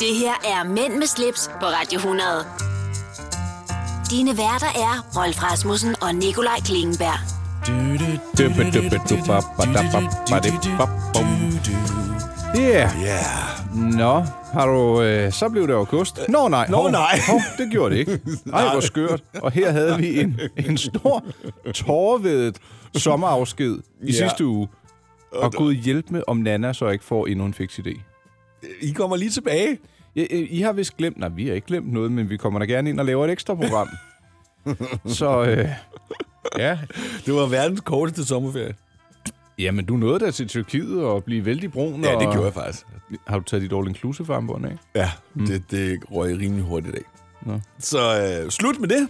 Det her er Mænd med slips på Radio 100. Dine værter er Rolf Rasmussen og Nikolaj Klingenberg. Yeah. Ja. Nå, har du... Øh, så blev det august. Nå nej. Nå, hov, nej. Hov, det gjorde det ikke. Nej, hvor skørt. Og her havde vi en, en stor, tårvedet sommerafsked Ja. i sidste uge. Og Gud hjælp med, om Nana så ikke får endnu en fix idé. I kommer lige tilbage. I, I har vist glemt... Nej, vi har ikke glemt noget, men vi kommer da gerne ind og laver et ekstra program. så øh, ja, Det var verdens korteste sommerferie. Jamen, du nåede da til Tyrkiet og blive vældig brun. Ja, og... det gjorde jeg faktisk. Har du taget dit all-inclusive armbånd af? Ja, mm. det, det røg rimelig hurtigt af. Nå. Så øh, slut med det.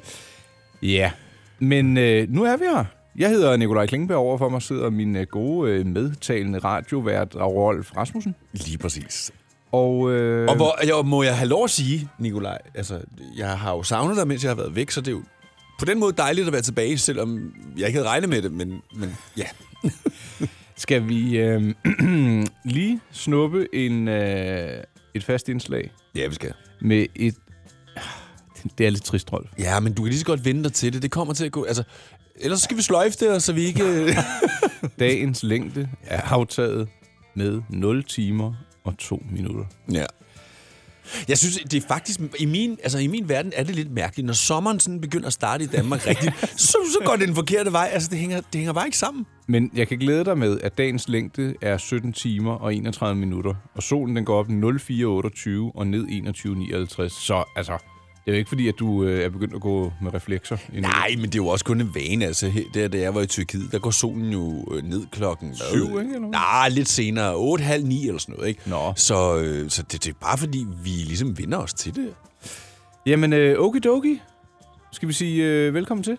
Ja. Men øh, nu er vi her. Jeg hedder Nikolaj Klingberg, overfor mig sidder min øh, gode øh, medtalende radiovært Rolf Rasmussen. Lige præcis. Og, øh, Og hvor, jeg, må jeg have lov at sige, Nikolaj, altså, jeg har jo savnet dig, mens jeg har været væk, så det er jo på den måde dejligt at være tilbage, selvom jeg ikke havde regnet med det, men, men ja. skal vi øh, lige snuppe en, øh, et fast indslag Ja, vi skal. med et... ah, Det er lidt trist, Rolf. Ja, men du kan lige så godt vente dig til det. Det kommer til at gå... Altså, ellers skal vi sløjfe det, og så vi ikke... øh, Dagens længde er aftaget med 0 timer og 2 minutter. Ja. Jeg synes, det er faktisk... I min, altså, I min verden er det lidt mærkeligt. Når sommeren sådan begynder at starte i Danmark rigtigt, så, så går det den forkerte vej. Altså, det hænger, det hænger bare ikke sammen. Men jeg kan glæde dig med, at dagens længde er 17 timer og 31 minutter, og solen den går op 04.28 og ned 21.59. Så altså, det er jo ikke fordi, at du øh, er begyndt at gå med reflekser. endnu. Nej, men det er jo også kun en vane. Altså, Her- der, da jeg var i Tyrkiet, der går solen jo øh, ned klokken... hvad? Syv, ikke, eller hvad? Nej, lidt senere. Otte, halv ni eller sådan noget, ikke? Nå. Så, øh, så det, det, er bare fordi, vi ligesom vinder os til det. Jamen, øh, okidoki. Skal vi sige øh, velkommen til?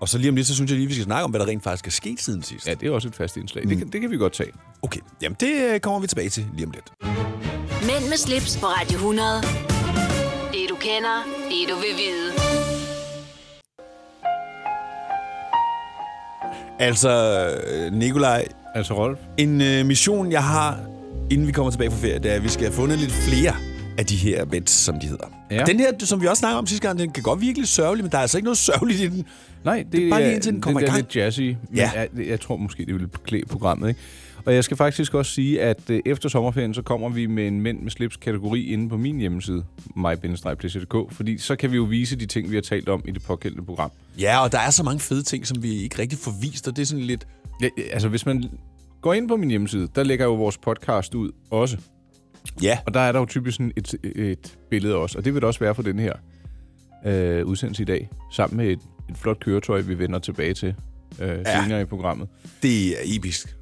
Og så lige om lidt, så synes jeg lige, vi skal snakke om, hvad der rent faktisk er sket siden sidst. Ja, det er også et fast indslag. Mm. Det, kan, det kan vi godt tage. Okay, jamen det øh, kommer vi tilbage til lige om lidt. Mænd med slips på Radio 100. Det du kender, det du vil vide. Altså, øh, Nikolaj, Altså, Rolf? En øh, mission, jeg har, inden vi kommer tilbage fra ferie, det er, at vi skal have fundet lidt flere af de her events, som de hedder. Ja. Ja. Den her, som vi også snakkede om sidste gang, den kan godt virke lidt sørgelig, men der er altså ikke noget sørgeligt i den. Nej, det, er bare lige indtil den kommer i det, er gang. lidt jazzy. Men Ja. jeg, jeg tror måske, det ville klæde programmet, ikke? Og jeg skal faktisk også sige, at øh, efter sommerferien, så kommer vi med en mænd med slips kategori inde på min hjemmeside, mig fordi så kan vi jo vise de ting, vi har talt om i det pågældende program. Ja, og der er så mange fede ting, som vi ikke rigtig får vist, og det er sådan lidt... Ja, ja, altså, hvis man går ind på min hjemmeside, der lægger jeg jo vores podcast ud også. Ja, Og der er der jo typisk sådan et, et billede også, og det vil det også være for den her øh, udsendelse i dag, sammen med et, et flot køretøj, vi vender tilbage til øh, Ja. senere i programmet. det er episk.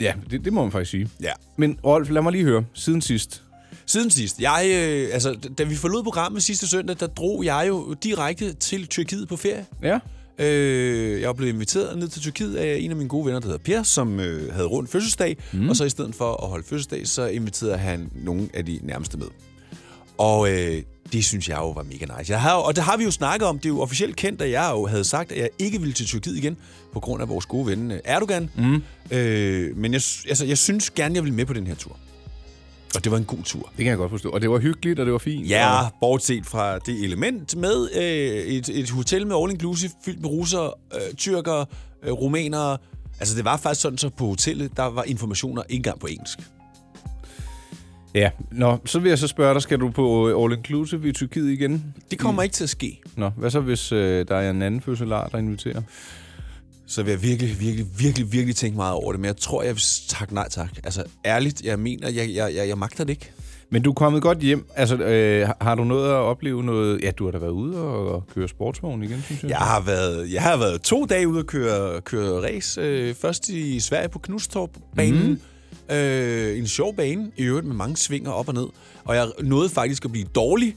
Ja, det, det må man faktisk sige. Ja. Men Rolf, lad mig lige høre. Siden sidst. Siden sidst, jeg, øh, altså, da vi forlod programmet sidste søndag, der drog jeg jo direkte til Tyrkiet på ferie. Ja. Øh, jeg blev inviteret ned til Tyrkiet af en af mine gode venner, der hedder Per, som øh, havde rundt fødselsdag. Mm. Og så i stedet for at holde fødselsdag, så inviterede han nogle af de nærmeste med. Og øh, det synes jeg jo var mega nice. Jeg har, jo- og det har vi jo snakket om. Det er jo officielt kendt, at jeg jo havde sagt, at jeg ikke ville til Tyrkiet igen, på grund af vores gode ven øh, Erdogan. Mm. Øh, men jeg, sy- altså, jeg synes gerne, jeg ville med på den her tur. Og det var en god tur. Det kan jeg godt forstå. Og det var hyggeligt, og det var fint. Ja, Og, bortset fra det element med øh, et, et hotel med all inclusive fyldt med russere, øh, tyrkere, øh, rumænere. Altså det var faktisk sådan, så på hotellet, der var informationer ikke engang på engelsk. ja. Nå, så vil jeg så spørge dig, skal du på øh, All Inclusive i Tyrkiet igen? Det kommer mm. ikke til at ske. Nå, hvad så hvis øh, der er en anden fødselar, der inviterer? Så vil jeg virkelig, virkelig, virkelig, virkelig tænke meget over det. Men jeg tror, jeg vil tak nej tak. Altså ærligt, jeg mener, jeg, jeg, jeg, jeg magter det ikke. Men du er kommet godt hjem. Altså, øh, har- har du noget at opleve noget? Ja, du har da været ude og, og køre sportsvogn igen, synes jeg. Jeg har været, jeg har været to dage ude at køre, køre race. Øh, først i Sverige på Knustorp-banen. Mhm. Mm. Øh, en sjov bane, i øvrigt med mange svinger op og ned. Og jeg nåede faktisk at blive dårlig.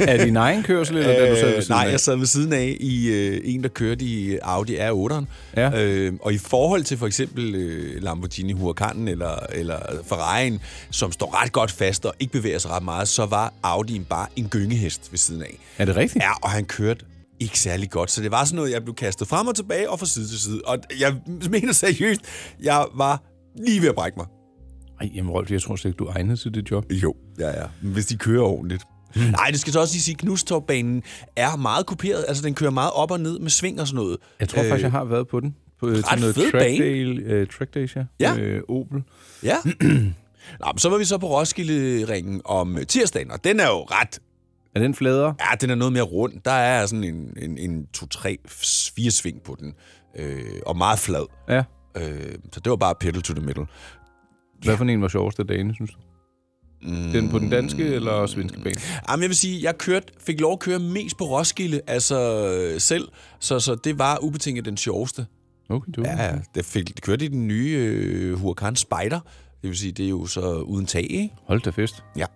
Er det din egen kørsel, eller øh, der du sad ved siden nej, af? jeg sad ved siden af i øh, en, der kørte i øh, Audi R8'eren. Ja. Øh, og i forhold til for eksempel øh, Lamborghini Huracanen eller, eller Ferrari'en, som står ret godt fast og ikke bevæger sig ret meget, så var Audi'en bare en gyngehest ved siden af. Er det rigtigt? Ja, og han kørte ikke særlig godt. Så det var sådan noget, jeg blev kastet frem og tilbage og fra side til side. Og jeg mener seriøst, jeg var lige ved at brække mig. Ej, jamen Rolf, jeg tror slet ikke, du er egnet til det job. Jo, ja, ja. Men Hvis de kører ordentligt. Nej, det skal så også lige sige, at Knustorbanen er meget kuperet. Altså, den kører meget op og ned med sving og sådan noget. Jeg tror øh, faktisk, jeg har været på den. På, øh, til noget fed track, bane. day, øh, track days, ja. Ja. Øh, Opel. Ja. Nå, men så var vi så på Roskilde-ringen om øh, tirsdagen, og den er jo ret... Er den fladere? Ja, den er noget mere rund. Der er sådan en, en, en 2-3-4 sving på den, øh, og meget flad. Ja. Øh, så det var bare pedal to the middle. Hvad for en var sjovest af dagen, synes du? Mm. Den på den danske eller svenske bane? Jamen, jeg vil sige, jeg kørte, fik lov at køre mest på Roskilde, altså øh, selv, så, så det var ubetinget den sjoveste. Okay, du. Ja, ja. Det, fik, det kørte i den nye øh, Huracan Spider. Det vil sige, det er jo så uden tag, ikke? Hold da fest. Ja.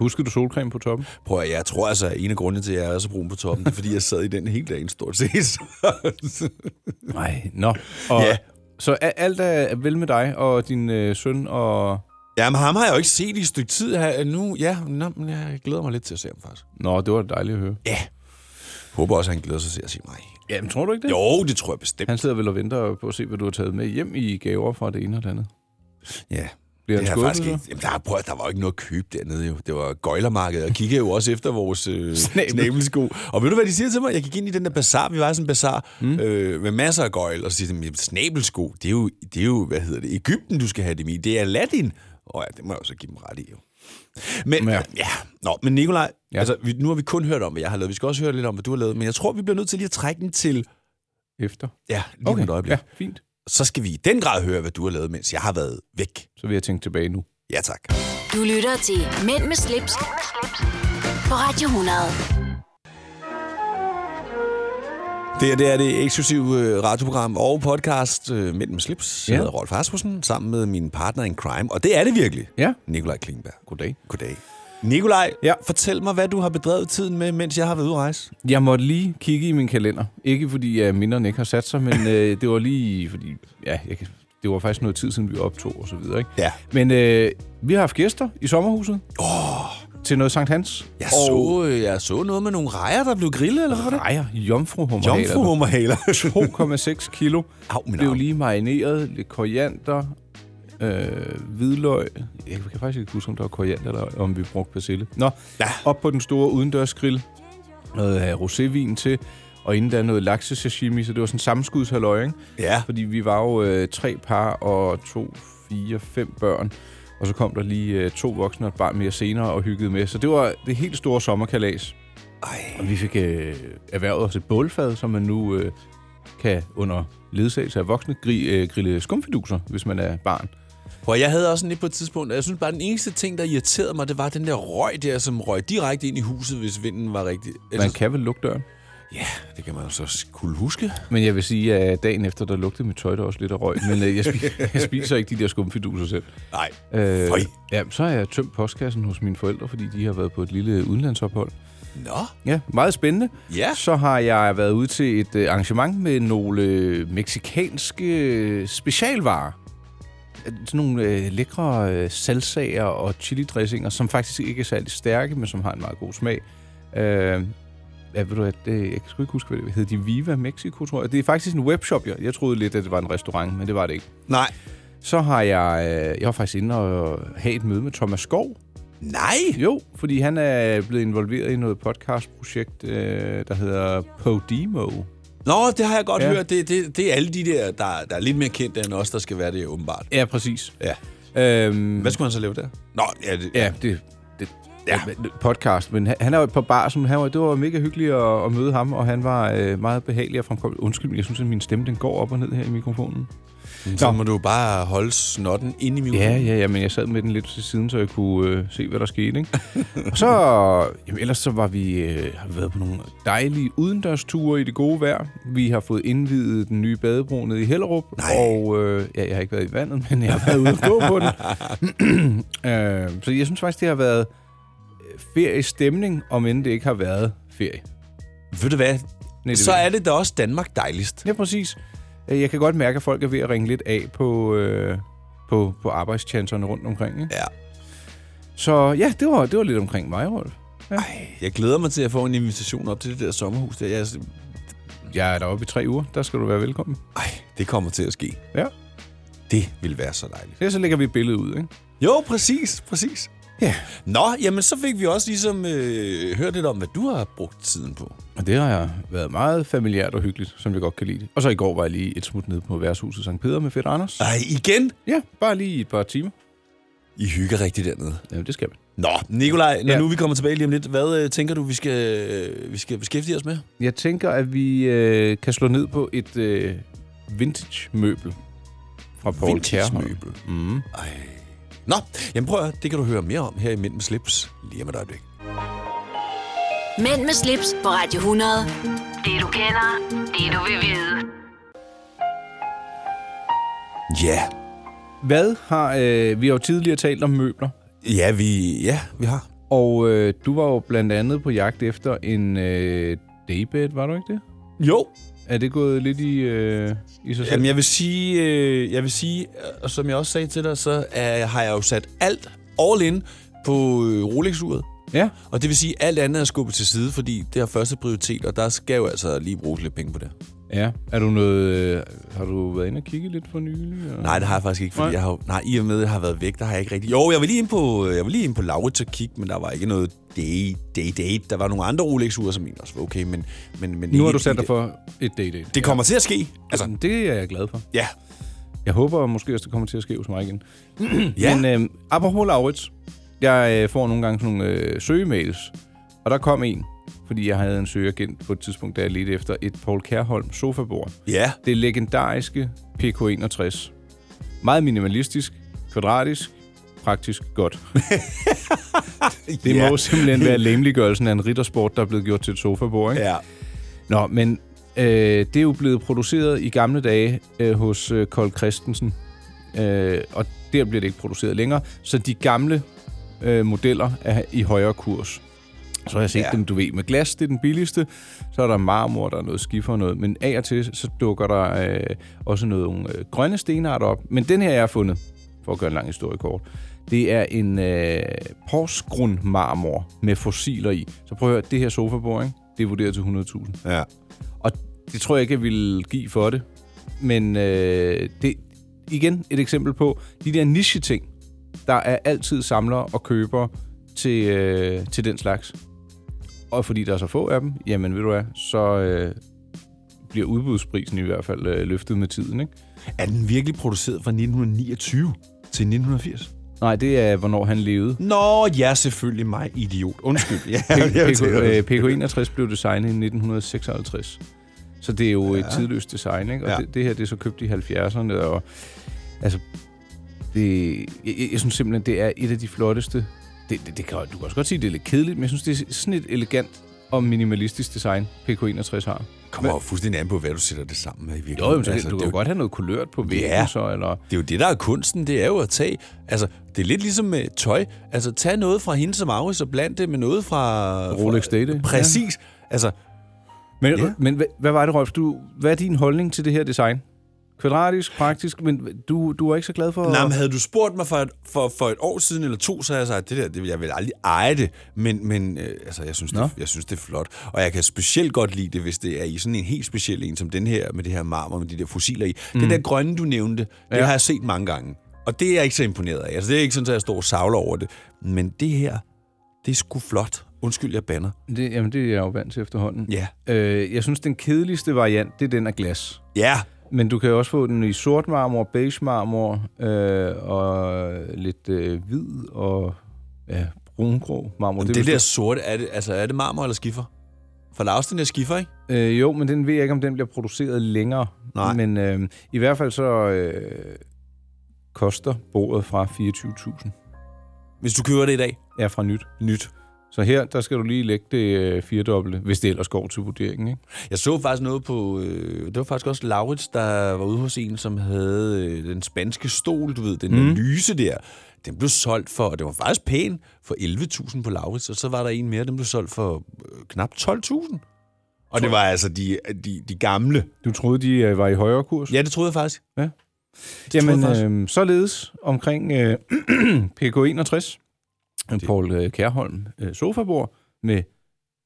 Husker du solcreme på toppen? Prøv at, jeg tror altså, at en af grundene til, at jeg er så brun på toppen, det er, fordi jeg sad i den hele dagen stort set. Så- Nej, nå. Og, Ja. Så a- alt er vel med dig og din øh, søn og... Jamen, ham har jeg jo ikke set i et stykke tid her nu. Ja, nå, men jeg glæder mig lidt til at se ham faktisk. Nå, det var dejligt at høre. Ja. Håber også, at han glæder sig til at sige mig. Jamen, tror du ikke det? Jo, det tror jeg bestemt. Han sidder vel og venter på at se, hvad du har taget med hjem i gaver fra det ene og det andet. Ja. Bliver Det han har jeg skuffet, faktisk ikke. Jamen, der, prøv, at- der var jo ikke noget at købe dernede jo. Det var gøjlermarkedet, og kiggede jo også efter vores øh, Snabel. snabelsko. Og ved du, hvad de siger til mig? Jeg gik ind i den der bazar, vi var i sådan en bazar, Hmm? mm. øh, med masser af gøjl, og så siger de, "Jamen, snabelsko, det er, jo, det er jo, hvad hedder det, Ægypten, du skal have dem i. Det er Aladdin. Og ja, det må jeg jo så give dem ret i jo. Men, Ja. ja. ja. Nå, men Nikolaj, Ja. ja. altså, vi, nu har vi kun hørt om, hvad jeg har lavet. Vi skal også høre lidt om, hvad du har lavet. Men jeg tror, vi bliver nødt til lige at trække den til, Efter. ja, lige okay. et øjeblik. ja, Ja. fint. Så skal vi i den grad høre, hvad du har lavet, mens jeg har været væk. Så vil jeg tænke tilbage nu. Ja, tak. Du lytter til Mænd med slips, Mænd med slips. på Radio 100. Det her det er det eksklusive øh, radioprogram og podcast øh, Mænd med slips. Jeg Ja. hedder Rolf Rasmussen, sammen med min partner in crime. Og det er det virkelig. Ja. Nikolaj Klingberg. Goddag. Goddag. Nikolaj, Ja. ja. fortæl mig, hvad du har bedrevet tiden med, mens jeg har været ude at rejse. Jeg måtte lige kigge i min kalender. Ikke fordi at minderne ikke har sat sig, men øh, det var lige fordi... Ja, jeg, kan- det var faktisk noget tid siden, vi optog og så videre, ikke? Ja. Men øh, vi har haft gæster i sommerhuset. Oh. Til noget Sankt Hans. Jeg, så, øh, jeg så noget med nogle rejer, der blev grillet, eller hvad var det? Rejer, jomfruhummer. Jomfruhummerhaler. 2,6 kilo. Au, min Blev arm. lige marineret, lidt koriander, øh, hvidløg. Jeg kan faktisk ikke huske, om der var koriander, eller om vi brugte persille. Nå, Ja. op på den store udendørsgrill. Noget øh, rosévin til, og inden der noget laksesashimi, så det var sådan samskudshalløj, ikke? Ja. Fordi vi var jo øh, tre par og to, fire, fem børn. Og så kom der lige øh, to voksne og et barn mere senere og hyggede med. Så det var det helt store sommerkalas. Ej. Og vi fik øh, erhvervet os et bålfad, som man nu øh, kan under ledsagelse af voksne gri, øh, grille skumfiduser, hvis man er barn. Prøv, jeg havde også sådan lidt på et tidspunkt, og jeg synes bare, den eneste ting, der irriterede mig, det var den der røg der, som røg direkte ind i huset, hvis vinden var rigtig. Altså, Man kan vel lukke døren. Ja, det kan man jo så kunne huske. Men jeg vil sige, at dagen efter, der lugtede mit tøj der også lidt af røg. Men øh, jeg, spi- jeg spiser ikke de der skumfiduser selv. Nej. Øh, Føj. ja, så har jeg tømt postkassen hos mine forældre, fordi de har været på et lille udenlandsophold. Nå. Ja, meget spændende. Ja. Så har jeg været ude til et øh, arrangement med nogle øh, meksikanske øh, specialvarer. Øh, Sådan nogle øh, lækre øh, salsaer og chili-dressinger, som faktisk ikke er særlig stærke, men som har en meget god smag. Øh, ja, ved du, at det, jeg kan sgu ikke huske, hvad det hed. De Viva Mexico, tror jeg. Det er faktisk en webshop, jeg, jeg troede lidt, at det var en restaurant, men det var det ikke. Nej. Så har jeg, øh, jeg var faktisk inde og have et møde med Thomas Skov, Nej. jo, fordi han er blevet involveret i noget podcastprojekt, øh, der hedder Podimo. Nå, det har jeg godt Ja. ja. hørt. Det, det, det er alle de der, der, der er lidt mere kendte end os, der skal være det, åbenbart. Ja, præcis. Ja. Øhm, Hvad skulle han så lave der? Nå, ja, det, ja, det, det ja. Ja. podcast, men han- han er jo på bar, som han var, det var mega hyggeligt at, at møde ham, og han var øh, meget behagelig og fremkommelig. Undskyld, men jeg synes, at min stemme den går op og ned her i mikrofonen. så må du bare holde snotten inde i min Ja, ja, ja, men jeg sad med den lidt til siden, så jeg kunne øh, se, hvad der skete. Ikke? og så, jamen, ellers så var vi, øh, har vi været på nogle dejlige udendørsture i det gode vejr. Vi har fået indvidet den nye badebro nede i Hellerup. Nej. Og øh, ja, jeg har ikke været i vandet, men jeg har været ude og gå på den. øh, så jeg synes faktisk, det har været øh, feriestemning, om end det ikke har været ferie. Ved du hvad? Nej, Så ved jeg er det da også Danmark dejligst. Ja, præcis. Øh, Jeg kan godt mærke, at folk er ved at ringe lidt af på, øh, på, på arbejdschancerne rundt omkring. Ikke? Ja. Så ja, det var, det var lidt omkring mig, Rolf. Jeg glæder mig til at få en invitation op til det der sommerhus. Der. Jeg, Jeg er deroppe i tre uger. Der skal du være velkommen. ej, det kommer til at ske. Ja. Det vil være så dejligt. Ja, så lægger vi et billede ud, ikke? Jo, præcis, præcis. Ja. Nå, jamen så fik vi også ligesom øh, hørt lidt om, hvad du har brugt tiden på. Og det har været meget familiært og hyggeligt, som jeg godt kan lide. Og så i går var jeg lige et smut ned på værtshuset St. Peter med fedt Anders. Ej, igen? Ja, bare lige i et par timer. I hygger rigtig dernede. Jamen, det skal man. Nå, Nikolaj, når ja. Ja. nu vi kommer tilbage lige om lidt, hvad øh, tænker du, vi skal, øh, vi skal beskæftige os med? Jeg tænker, at vi øh, kan slå ned på et øh, vintage-møbel fra Paul Kjærholm. Vintage-møbel. Mm. Ej. Nå, jamen prøv at høre, det kan du høre mere om her i Mænd med slips lige om et øjeblik. Mænd med slips på Radio 100. Det du kender, det du vil vide. Ja, Hvad har... Øh, vi har jo tidligere talt om møbler, ja vi, ja, vi har. og øh, du var jo blandt andet på jagt efter en øh, daybed, var du ikke det? Jo, Er det gået lidt i, øh, i sig selv? Jamen, jeg vil sige, øh, jeg vil sige, øh, og som jeg også sagde til dig, så er, har jeg jo sat alt all in på øh, Rolex-uret. Ja, Og det vil sige, at alt andet er skubbet til side, fordi det har første prioritet, og der skal jo altså lige bruges lidt penge på det. ja. Er du noget... Øh, har du været inde og kigge lidt for nylig? Og... Nej, det har jeg faktisk ikke, fordi Nej. jeg har, jo- nej, i og med, at jeg har været væk, der har jeg ikke rigtig... Jo, jeg var lige inde på, jeg var lige inde på Laurits og kigge, men der var ikke noget day, day, date. Der var nogle andre Rolex-uger, som egentlig også var okay, men... men, men Nu har ikke du sat lige dig for et daydate. Det kommer til at ske. Altså, Altså, det er jeg glad for. ja. Jeg håber måske også, det kommer til at ske hos mig igen. Ja. Men øh, apropos Laurits, jeg øh, får nogle gange sådan nogle øh, søgemails, og der kom en, fordi jeg havde en søgeagent på et tidspunkt, da jeg ledte efter et Paul Kærholm sofabord. Ja. Det legendariske PK61. Meget minimalistisk, kvadratisk, praktisk godt. Det ja. må simpelthen være lemliggørelsen af en riddersport, der er blevet gjort til et sofabord, ikke? Ja. Nå, men øh, det er jo blevet produceret i gamle dage øh, hos øh, Kold Christensen, øh, og der bliver det ikke produceret længere, så de gamle øh, modeller er i højere kurs. Så har jeg set Ja. ja. dem, du ved, med glas, det er den billigste, så er der marmor, der er noget skifer og noget, men af og til, så dukker der øh, også noget, nogle øh, grønne stenarter op, men den her, jeg har fundet, for at gøre en lang historie kort, det er en øh, Porsgrund-marmor med fossiler i. Så prøv at høre, det her sofabord, ikke? det er vurderet til 100.000. ja. Og det tror jeg ikke, jeg ville give for det. Men øh, det igen et eksempel på de der niche-ting, der er altid samlere og købere til, øh, til den slags. Og fordi der er så få af dem, jamen ved du hvad, så øh, bliver udbudsprisen i hvert fald øh, løftet med tiden. Ikke? Er den virkelig produceret fra 1929 til 1980? Nej, det er, hvornår han levede. Nå, ja, selvfølgelig mig, idiot. Undskyld. ja, PK, øh, jeg PK61 blev designet i 1956. Så det er jo ja. et tidløst design, ikke? Og Ja. ja. det, det her, det er så købt i 70'erne, og altså, det, jeg, jeg, jeg synes simpelthen, det er et af de flotteste. Det, det, det kan, du kan også godt sige, det er lidt kedeligt, men jeg synes, det er sådan et elegant og minimalistisk design, PK61 har. kommer jo fuldstændig an på, hvad du sætter det sammen med i Jo, virkeligheden. jo, så altså, du det, er kan jo jo, godt have noget kulørt på væggen, Ja. så, eller... det er jo det, der er kunsten. Det er jo at tage... Altså, det er lidt ligesom med tøj. Altså, tag noget fra hende som Maurits og bland det med noget fra... Rolex fra, Dayday. Præcis. Altså, Men, Ja. ja. men hvad, hvad var det, Rolf? Du, hvad er din holdning til det her design? Kvadratisk, praktisk, men du, du er ikke så glad for... Nej, men havde du spurgt mig for et, for, for et år siden eller to, så havde jeg sagt, det der, det, jeg vil aldrig eje det, men, men øh, altså, jeg, synes, Nå. det, jeg synes, det er flot. Og jeg kan specielt godt lide det, hvis det er i sådan en helt speciel en, som den her, med det her marmor, med de der fossiler i. Mm. Den der grønne, du nævnte, det ja. Ja. har jeg set mange gange. Og det er jeg ikke så imponeret af. Altså, det er ikke sådan, at jeg står og savler over det. Men det her, det er sgu flot. Undskyld, jeg banner. Det, jamen, det er jeg jo vant til efterhånden. Ja. Øh, jeg synes, den kedeligste variant, det er den af glas. Ja, Men du kan jo også få den i sort marmor, beige marmor, øh, og lidt øh, hvid og ja, brungrå marmor. det, det vil der stå- sorte, er det, altså, er det marmor eller skifer? For Lars, den der skifer, ikke? Øh, jo, men den ved jeg ikke, om den bliver produceret længere. Nej. Men øh, i hvert fald så øh, koster bordet fra 24.000. Hvis du køber det i dag. Ja, fra nyt. Nyt. Så her, der skal du lige lægge det øh, firedobbelte, hvis det ellers går til vurderingen, ikke? Jeg så faktisk noget på... Øh, det var faktisk også Laurits, der var ude hos en, som havde øh, den spanske stol, du ved, den mm. der lyse der. Den blev solgt for, og det var faktisk pæn, for 11.000 på Laurits, og så var der en mere, den blev solgt for øh, knap 12.000. Og det var altså de, de, de gamle. Du troede, de øh, var i højere kurs? Ja, det troede jeg faktisk. Jamen, tror jeg øh, således omkring øh, PK61, det. Paul øh, Kærholm øh, sofabord med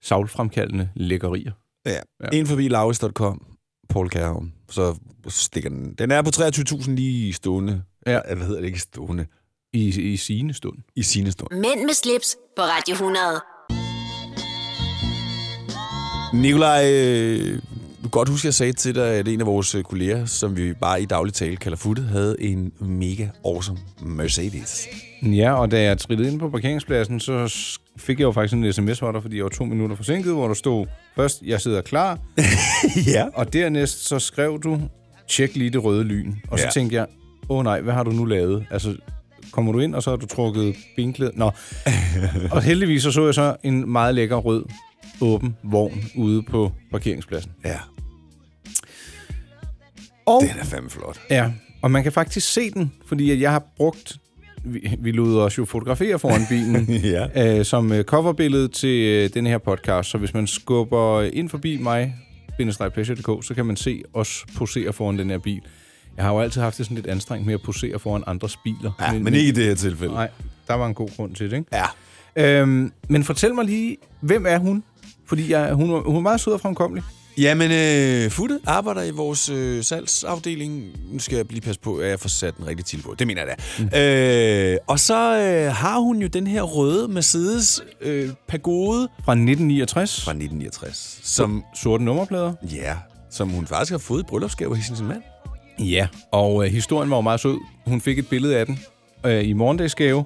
savlfremkaldende lækkerier. Ja. ja. Ind forbi laurits.com, Paul Kærholm, så stikker den. Den er på 23.000 lige stående. Ja. Eller hvad hedder det ikke stående? I, i sine stund. i sine stund. Mænd med slips på Radio 100. Nikolaj, øh, du kan godt huske, jeg sagde til dig, at en af vores øh, kolleger, som vi bare i daglig tale kalder Futte, havde en mega awesome Mercedes. Ja, og da jeg trillede ind på parkeringspladsen, så s- fik jeg jo faktisk en sms fra dig, fordi jeg var to minutter forsinket, hvor der stod, først, jeg sidder klar, ja. og dernæst så skrev du, tjek lige det røde lyn. Og så Ja. tænkte jeg, åh oh, nej, hvad har du nu lavet? Altså, kommer du ind, og så har du trukket benklædet? Nå. og heldigvis så, så jeg så en meget lækker rød åben vogn ude på parkeringspladsen. Ja, Og den er fandme flot. Ja, og man kan faktisk se den, fordi at jeg har brugt... Vi, vi lod os jo fotografere foran bilen Ja. øh, som øh, coverbillede til øh, den her podcast. Så hvis man skubber ind forbi mig, pleasure.dk, så kan man se os posere foran den her bil. Jeg har jo altid haft det sådan lidt anstrengt med at posere foran andres biler. Ja, men, men ikke i det her tilfælde. Nej, der var en god grund til det, ikke? Ja. Øhm, men fortæl mig lige, hvem er hun? Fordi jeg, hun, var- hun er meget sød og fremkommelig. Jamen, øh, Futte arbejder i vores øh, salgsafdeling. Nu skal jeg lige passe på, at jeg får sat den rigtige til på. Det mener jeg da. Mm. Øh, og så øh, har hun jo den her røde Mercedes øh, Pagode Fra 1969. fra 1969, som, Sorte nummerplader. ja, som hun faktisk har fået i bryllupsgave af sin mand. Ja, og øh, historien var jo meget sød. Hun fik et billede af den øh, i morgendagsgave,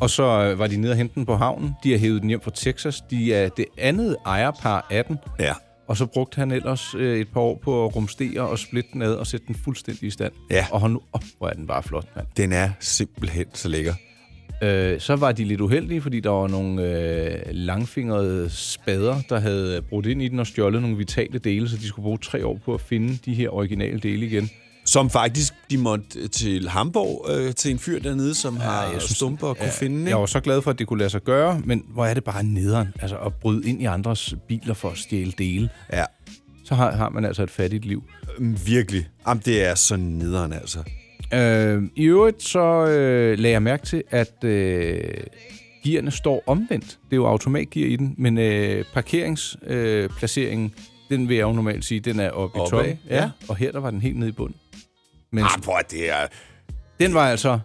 og så øh, var de nede og hente den på havnen. De har hævet den hjem fra Texas. De er det andet ejerpar af den, Ja. og så brugte han ellers øh, et par år på at rumstere og splitte den ad og sætte den fuldstændig i stand. Ja. Og hold nu op, hvor er den bare flot, mand. Den er simpelthen så lækker. Øh, så var de lidt uheldige, fordi der var nogle øh, langfingrede spader, der havde brudt ind i den og stjålet nogle vitale dele, så de skulle bruge tre år på at finde de her originale dele igen. Som faktisk, de måtte øh, til Hamburg øh, til en fyr dernede, som ja, har jeg jeg synes- stumper og ja, kunne finde. Ikke? Jeg var så glad for, at det kunne lade sig gøre, men hvor er det bare nederen, altså at bryde ind i andres biler for at stjæle dele. Ja, Så har, har man altså et fattigt liv. mm, virkelig. Jamen, det er så nederen, altså. Øh, I øvrigt så øh, lagde jeg mærke til, at øh, gearne står omvendt. Det er jo automatgear i den, men øh, parkeringsplaceringen, øh, placeringen, den vil jeg jo normalt sige, den er oppe i Oppe toppen. af, ja. Og her der var den helt nede i bunden. Men Ah, prøv at- det er... den var altså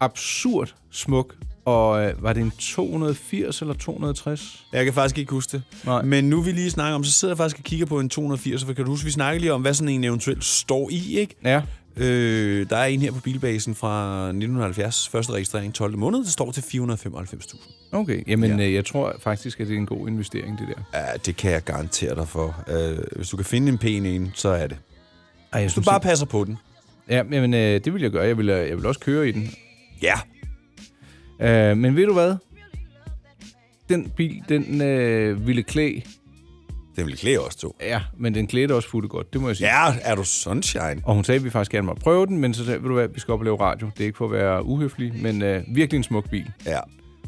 absurd smuk, og øh, var det en 280 eller 260? Jeg kan faktisk ikke huske det. Nej. Men nu vi lige snakker om, så sidder jeg faktisk og kigger på en 280, for kan du huske, vi snakker lige om, hvad sådan en eventuelt står i, ikke? Ja. Øh, der er en her på bilbasen fra 1970, første registrering 12. måned, det står til 495.000. Okay, jamen ja. øh, jeg tror faktisk, at det er en god investering, det der. Ja, det kan jeg garantere dig for. Øh, hvis du kan finde en pæn en, så er det. Ej, jeg Du bare passer på den. Ja, men øh, det vil jeg gøre. Jeg vil, øh, jeg vil også køre i den. Ja, Øh, men ved du hvad? Den bil, den øh, ville klæde... den vil klæde os to. Ja, men den klædte også fuldt godt, det må jeg sige. Ja, er du sunshine? Og hun sagde, at vi faktisk gerne måtte prøve den, men så sagde jeg, ved du hvad, vi skal op og lave radio. Det er ikke for at være uhøflig, men øh, virkelig en smuk bil. Ja.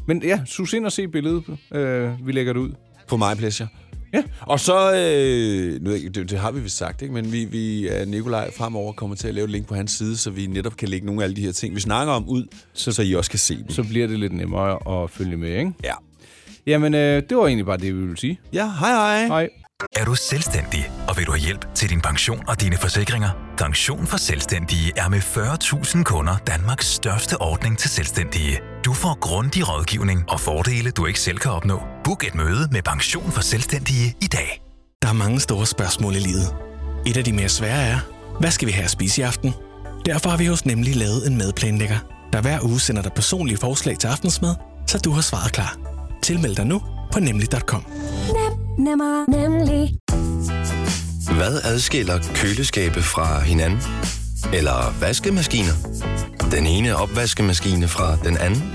Men ja, sus ind og se billedet. Øh, vi lægger det ud. På mig pleasure. Ja. Og så, øh, nu, ved jeg ikke, det, det har vi vist sagt, ikke? men vi, vi er Nikolaj fremover kommer til at lave et link på hans side, så vi netop kan lægge nogle af alle de her ting, vi snakker om ud, så, så I også kan se dem. Så bliver det lidt nemmere at følge med, ikke? Ja. Jamen, øh, det var egentlig bare det, vi ville sige. Ja, hej hej. Hej. Er du selvstændig, og vil du have hjælp til din pension og dine forsikringer? Pension for Selvstændige er med 40.000 kunder Danmarks største ordning til selvstændige. Du får grundig rådgivning og fordele, du ikke selv kan opnå. Book et møde med Pension for Selvstændige i dag. Der er mange store spørgsmål i livet. Et af de mere svære er, hvad skal vi have at spise i aften? Derfor har vi hos Nemlig lavet en madplanlægger, der hver uge sender dig personlige forslag til aftensmad, så du har svaret klar. Tilmeld dig nu på nemlig.com. Nemmer, nemlig. Hvad adskiller køleskabe fra hinanden? Eller vaskemaskiner? Den ene opvaskemaskine fra den anden?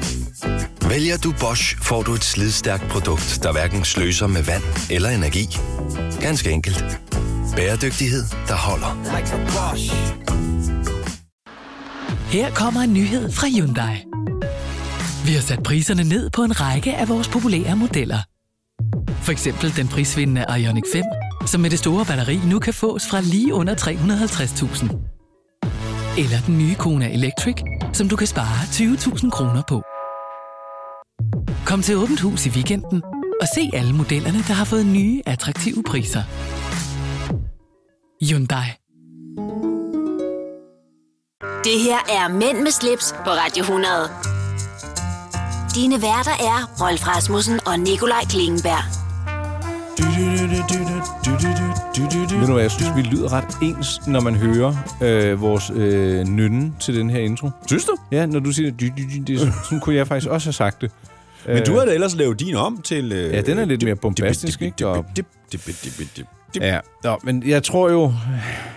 Vælger du Bosch, får du et slidstærkt produkt, der hverken sløser med vand eller energi. Ganske enkelt. Bæredygtighed, der holder. Her kommer en nyhed fra Hyundai. Vi har sat priserne ned på en række af vores populære modeller. For eksempel den prisvindende Ioniq 5, som med det store batteri nu kan fås fra lige under 350.000. Eller den nye Kona Electric, som du kan spare 20.000 kroner på. Kom til Åbent Hus i weekenden og se alle modellerne, der har fået nye, attraktive priser. Hyundai. Det her er Mænd med slips på Radio 100. Dine værter er Rolf Rasmussen og Nikolaj Klingenberg. Ved du hvad, jeg synes, vi lyder ret ens, når man hører øh, vores øh, nynne til den her intro. Synes du? Ja, når du siger det, dy- dy- dy- det, er sådan, sådan kunne jeg faktisk også have sagt det. Men du har da ellers lavet din om til... øh, Øh. Ja, den er lidt dip, mere dip, bombastisk, dip, ikke? dip, Og- dip, dip, dip, dip, dip, dip. Ja, Nå, men jeg tror jo,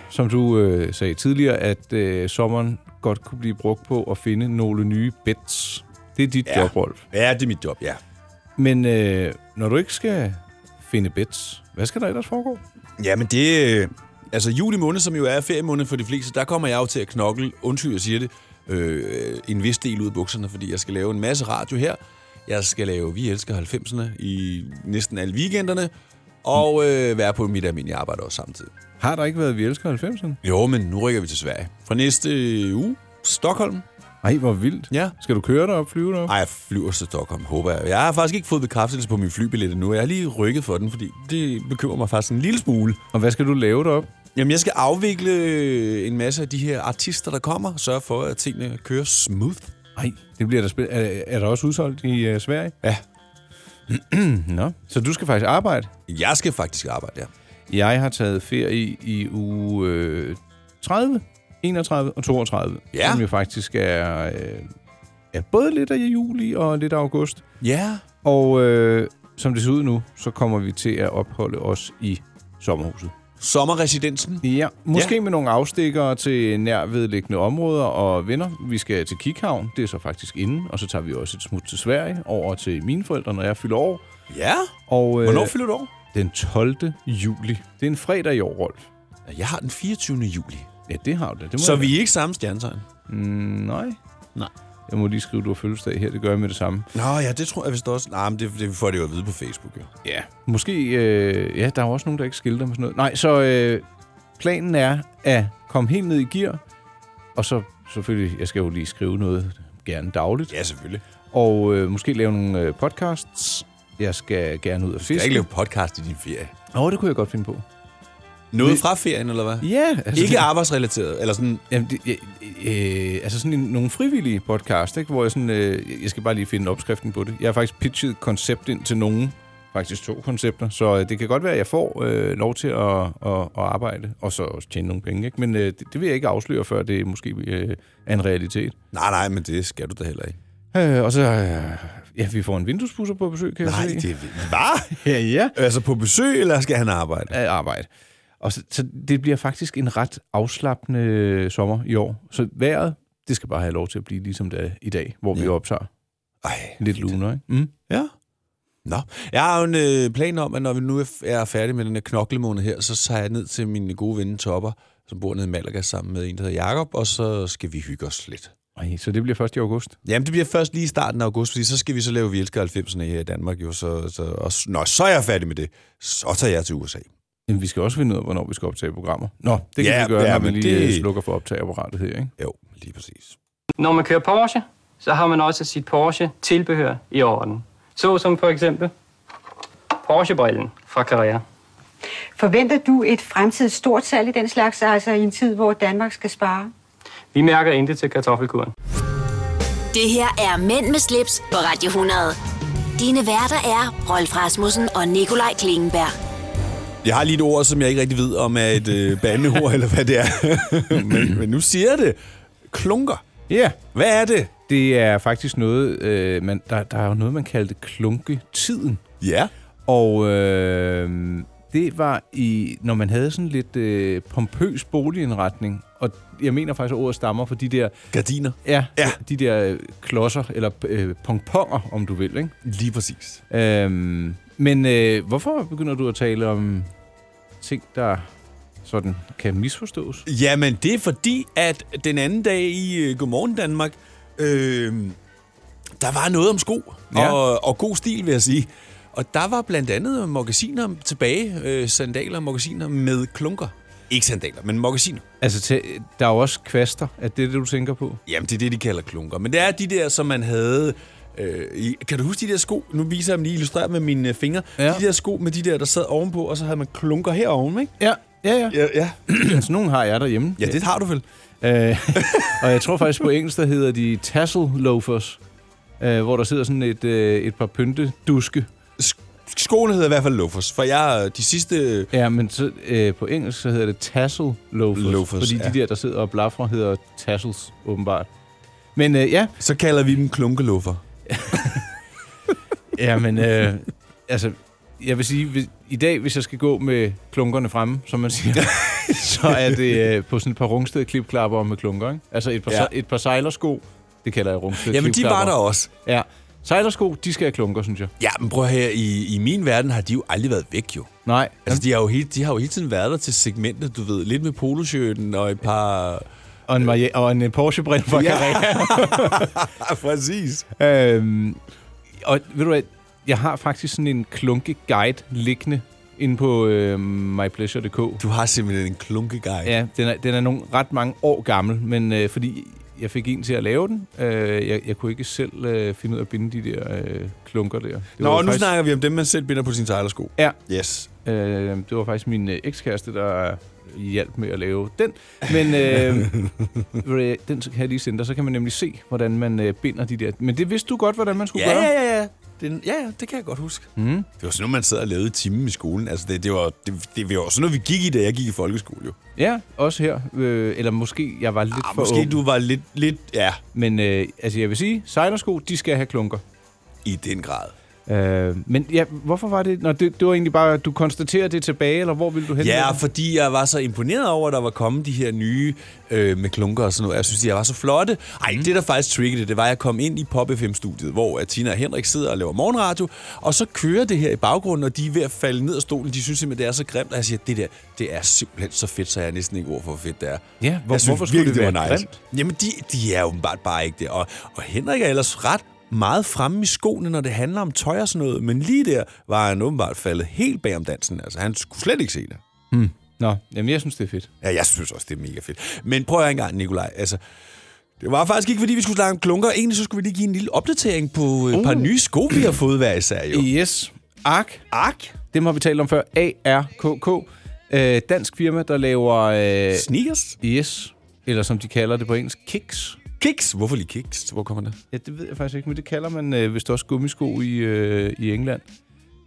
som du øh, sagde tidligere, at øh, sommeren godt kunne blive brugt på at finde nogle nye bets. Det er dit Ja. ja. job, Rolf. Ja, det er mit job, ja. Men øh, når du ikke skal finde bets, hvad skal der ellers foregå? Ja, men det... øh, Altså, juli måned, som jo er feriemåned for de fleste, der kommer jeg jo til at knokle, undskyld, jeg siger det, øh, en vis del ud af bukserne, fordi jeg skal lave en masse radio her. Jeg skal lave Vi Elsker 90'erne i næsten alle weekenderne, og øh, være på mit almindelige arbejde også samtidig. Har der ikke været Vi Elsker 90'erne? Jo, men nu rykker vi til Sverige. Fra næste øh, uge, Stockholm. Ej, hvor vildt. Ja. Skal du køre derop, flyve derop? Ej, jeg flyver til Stockholm, håber jeg. Jeg har faktisk ikke fået bekræftelse på min flybillet endnu. Jeg har lige rykket for den, fordi det bekymrer mig faktisk en lille smule. Og hvad skal du lave derop? Jamen, jeg skal afvikle en masse af de her artister, der kommer, og sørge for, at tingene kører smooth. Nej, det bliver der spil- er, er der også udsolgt i uh, Sverige? Ja. Nå. Så du skal faktisk arbejde? Jeg skal faktisk arbejde, ja. Jeg har taget ferie i uge øh, 30, 31 og 32. Ja. Som jo faktisk er, øh, er både lidt af juli og lidt af august. Ja. Og øh, som det ser ud nu, så kommer vi til at opholde os i sommerhuset. Sommerresidensen. Ja, måske Ja. ja. med nogle afstikkere til nærvedliggende områder og venner. Vi skal til Kikhavn, det er så faktisk inden, og så tager vi også et smut til Sverige over til mine forældre, når jeg fylder år. Ja. Og, øh, Hvornår fylder du år? Den 12. juli. Det er en fredag i år, Rolf. Øh, Jeg har den 24. juli. Ja, det har du da. Det må Så jeg- vi er ikke samme stjernetegn? Mm, nej. Nej. Jeg må lige skrive, du har fødselsdag her. Det gør jeg med det samme. Nå ja, det tror jeg vist også. Nej, men det, det får det jo at vide på Facebook, jo. Ja. Måske... Øh, ja, der er jo også nogen, der ikke skilter med sådan noget. Nej, så øh, planen er at komme helt ned i gear. Og så selvfølgelig, jeg skal jo lige skrive noget gerne dagligt. Ja, selvfølgelig. Og øh, måske lave nogle øh, podcasts. Jeg skal gerne ud og Jeg fiske. kan ikke lave podcast i din ferie. Åh, oh, det kunne jeg godt finde på. Noget fra ferien, eller hvad? Ja, Altså, ikke arbejdsrelateret, eller sådan... Jamen, det, jeg, øh, altså sådan en, nogle frivillige podcast, ikke? hvor jeg sådan, øh, jeg skal bare lige finde opskriften på det. Jeg har faktisk pitchet et koncept ind til nogen, faktisk to koncepter, så øh, det kan godt være, at jeg får øh, lov til at, at, at arbejde, og så også tjene nogle penge, ikke? men øh, det, det vil jeg ikke afsløre, før det måske øh, er en realitet. Nej, nej, men det skal du da heller ikke. Øh, og så, øh, ja, vi får en vinduespusser på besøg, kan Nej, jeg se. det var Ja, ja. Altså på besøg, eller skal han arbejde? af arbejde. Og så, så det bliver faktisk en ret afslappende øh, sommer i år. Så vejret, det skal bare have lov til at blive ligesom det er i dag, hvor ja. vi Ja. optager Ej, lidt luner, ikke? Mm. Ja. Nå, jeg har jo en øh, plan om, at når vi nu er- er færdige med den her knoklemåned her, så tager jeg ned til min gode ven Topper, som bor nede i Malaga sammen med en, der hedder Jakob, og så skal vi hygge os lidt. Ej, så det bliver først i august. Jamen, det bliver først lige i starten af august, fordi så skal vi så lave Vi elsker 90'erne her i Danmark jo, så, så, og, s- nå, så er jeg færdig med det. Så tager jeg til USA. Men vi skal også finde ud af, hvornår vi skal optage programmer. Nå, det kan Ja, ja, vi gøre, ja, ja, når vi men lige det- det... slukker for optageapparatet her, ikke? Jo, lige præcis. Når man kører Porsche, så har man også sit Porsche-tilbehør i orden. Så som for eksempel Porsche-brillen fra Carrera. Forventer du et fremtidigt stort salg i den slags, altså i en tid, hvor Danmark skal spare? Vi mærker intet til kartoffelkuren. Det her er Mænd med slips på Radio 100. Dine værter er Rolf Rasmussen og Nikolaj Klingenberg. Jeg har lige et ord, som jeg ikke rigtig ved, om er et øh, bandeord, eller hvad det er. men, men nu siger jeg det. Klunker. Ja, yeah. Hvad er det? det er faktisk noget, øh, man, der, der er jo noget, man kaldte klunketiden. Ja. Og øh, det var i, når man havde sådan lidt øh, pompøs boligindretning, og jeg mener faktisk, at ordet stammer fra de der, Gardiner. ja, Ja. de der øh, klodser, eller øh, pongponger, om du vil. Ikke? Lige præcis. Øhm, men øh, hvorfor begynder du at tale om ting, der sådan kan misforstås? Jamen, det er fordi, at den anden dag i øh, Godmorgen Danmark, øh, der var noget om sko ja. Ja. og, og god stil, vil jeg sige. Og der var blandt andet magasiner tilbage, øh, sandaler og magasiner med klunker. Ikke sandaler, men magasiner. Altså, tæ- der er jo også kvaster. Er det det, du tænker på? Jamen, det er det, de kalder klunker. Men det er de der, som man havde... Øh, i, kan du huske de der sko? Nu viser jeg dem lige illustreret med mine øh, fingre. Ja. Ja. De der sko med de der, der sad ovenpå, og så havde man klunker herovne, ikke? Ja, ja, ja. Ja, ja. Altså, nogen har jeg derhjemme. ja det har du vel. Øh, og jeg tror faktisk på engelsk, der hedder de tassel loafers. øh, hvor der sidder sådan et, øh, et par pynteduske. Skoene hedder i hvert fald loafers, for jeg øh, de sidste... Ja, men så, øh, på engelsk så hedder det tassel loafers, Loafers, fordi ja. de der, der sidder og blaffer, hedder tassels, åbenbart. Men øh, ja, Så kalder vi dem klunkeluffer. ja men øh, altså, jeg vil sige, hvis, i dag, hvis jeg skal gå med klunkerne fremme, som man siger, så er det øh, på sådan et par rungsted klipklapper med klunker, ikke? Altså et par, Ja. ja. et par sejlersko, det kalder jeg rungsted Jamen, de var der også. Ja, sejlersko, de skal have klunker, synes jeg. Ja, men prøv her i, i min verden har de jo aldrig været væk, jo. Nej, Altså, de har jo, hele, de har jo hele tiden været der til segmentet, du ved. Lidt med poloshirten og et par... og en, Marie- og en øh, Porsche-brille fra Ja. Carrera. Ja, præcis. Øhm, og ved du hvad, jeg har faktisk sådan en klunke guide liggende inde på øh, mypleasure.dk. Du har simpelthen en klunkeguy. Ja, den er, den er nogle ret mange år gammel, men øh, fordi jeg fik en til at lave den, øh, jeg, jeg kunne ikke selv øh, finde ud af at binde de der øh, klunker der. Det Nå, var nu faktisk, snakker vi om dem, man selv binder på sine sejlersko. Ja. Yes. Øh, det var faktisk min øh, ekskæreste, der hjalp med at lave den. Men øh, ved du hvad, den kan jeg lige sende dig, så kan man nemlig se, hvordan man øh, binder de der. Men det vidste du godt, hvordan man skulle Ja, gøre. ja, ja, ja. Den, ja, ja, det kan jeg godt huske. Mm. Det var sådan noget, man sad og lavede i timen i skolen. Altså, det, det, var, det, det var sådan noget, vi gik i, da jeg gik i folkeskole, jo. Ja, også her. Øh, eller måske, jeg var lidt Ah, for måske ung. du var lidt, lidt, ja, Men øh, altså, jeg vil sige, sejlersko, de skal have klunker. i den grad. Øh, men ja, hvorfor var det? Nå, det, det var egentlig bare, du konstaterer det tilbage, eller hvor vil du hen? Ja, med det? fordi jeg var så imponeret over, at der var kommet de her nye øh, med klunker og sådan noget. Jeg synes, de var så flotte. Ej, Mhm. mm. det der faktisk triggede det, det var, at jeg kom ind i Pop FM-studiet, hvor at Tina og Henrik sidder og laver morgenradio, og så kører det her i baggrunden, og de er ved at falde ned af stolen. De synes simpelthen, det er så grimt, og jeg siger, det der, det er simpelthen så fedt, så jeg har næsten ikke ord for, hvor fedt det er. Ja, hvor- jeg synes, hvorfor skulle virkelig, det var være nice. Jamen, de, de er åbenbart bare ikke det. Og, og Henrik er ellers ret meget fremme i skoene, når det handler om tøj og sådan noget. Men lige der var han åbenbart faldet helt bag om dansen. Altså, han skulle slet ikke se det. Nå, jamen jeg synes, det er fedt. Ja, jeg synes også, det er mega fedt. Men prøv at høre engang, Nikolaj. Altså, det var faktisk ikke, fordi vi skulle snakke om klunker. Egentlig så skulle vi lige give en lille opdatering på øh, et par nye sko, vi har fået hver især jo. Yes. Ark. Ark. Dem har vi talt om før. A-R-K-K. Øh, dansk firma, der laver... Øh, Sneakers? yes. Eller som de kalder det på engelsk, kicks. Kiks? Hvorfor lige kiks? Hvor kommer det? Ja, det ved jeg faktisk ikke, men det kalder man øh, vist også gummisko i, øh, i England.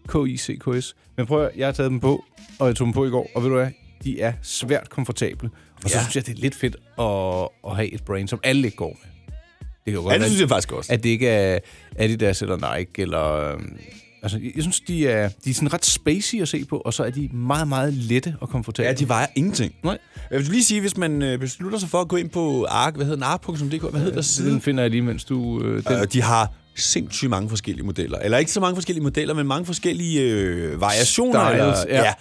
K-I-C-K-S. Men prøv at, høre, jeg har taget dem på, og jeg tog dem på i går, og ved du hvad, de er svært komfortable. Og så Ja. synes jeg, det er lidt fedt at, at have et brand, som alle ikke går med. Det kan jo godt Ja, det være, synes jeg faktisk også. at det ikke er Adidas eller Nike, eller... øhm, Altså, jeg jeg synes, de er, de er sådan ret spacey at se på, og så er de meget, meget lette og komfortable. Ja, de vejer ingenting. Nej. Jeg vil lige sige, hvis man øh, beslutter sig for at gå ind på ark, hvad hedder den, ark.dk, hvad hedder der Den siden? finder jeg lige, mens du... Øh, den, Øh, de har sindssygt mange forskellige modeller. Eller ikke så mange forskellige modeller, men mange forskellige øh, variationer. Styles, eller, ja.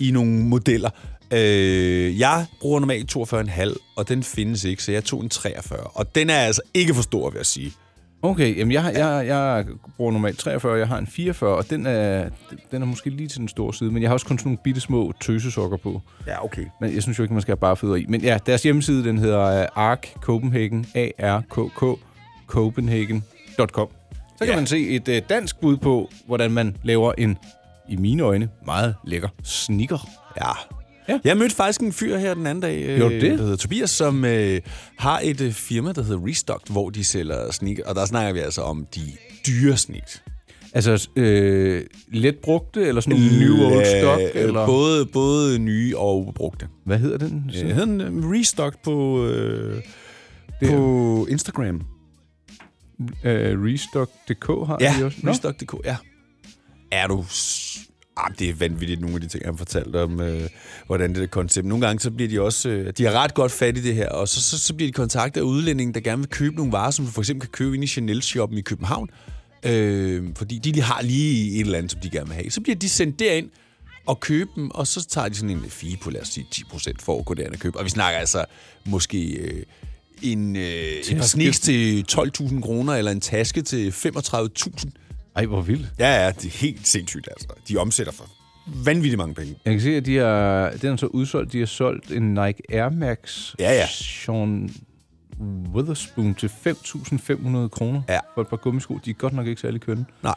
I nogle modeller. Øh, jeg bruger normalt 42,5, og den findes ikke, så jeg tog en 43. Og den er altså ikke for stor, vil jeg sige. Okay, jamen jeg, har- jeg, jeg bruger normalt 43, jeg har en 44, og den er, den er måske lige til den store side, men jeg har også kun sådan nogle bitte små tøsesokker på. Ja, okay. Men jeg synes jo ikke, man skal have bare fødder i. Men ja, deres hjemmeside, den hedder øh, Ark Copenhagen, A-R-K-K, Copenhagen.com. Så kan Ja. man se et øh, dansk bud på, hvordan man laver en, i mine øjne, meget lækker sneaker. Ja. Ja. ja. Jeg mødte faktisk en fyr her den anden dag, øh, Gjorde du det? der hedder Tobias, som øh, har et øh, firma, der hedder Restocked, hvor de sælger sneakers. Og der snakker vi altså om de dyre sneakers. Altså, øh, let brugte, eller sådan nogle new old stock, Øh, eller... Både, både nye og brugte. Hvad hedder den? Det hedder en øh, restock på, øh, Det- på Instagram. Øh, Restock.dk har Ja, de også. Nå. restock.dk, ja. Er du... s- Ah, det er vanvittigt, nogle af de ting, han fortalte om, øh, hvordan det der koncept. Nogle gange, så bliver de også... Øh, de har ret godt fat i det her, og så, så, så bliver de kontaktet af udlændinge, der gerne vil købe nogle varer, som du for eksempel kan købe inde i Chanel-shoppen i København, øh, fordi de lige har lige et eller andet, som de gerne vil have. Så bliver de sendt derind og købe dem, og så tager de sådan en fee på, lad os sige, 10% for at gå derind og købe. Og vi snakker altså måske... Øh, en, øh, et par sneaks til 12.000 kroner, eller en taske til 35.000. Ej, hvor vildt. Ja, ja, det er helt sindssygt, altså. De omsætter for vanvittigt mange penge. Jeg kan se, at de har, den er så udsolgt. De har solgt en Nike Air Max Ja, ja. Sean Witherspoon til 5.500 kroner Ja. for et par gummisko. De er godt nok ikke særlig kønne. Nej.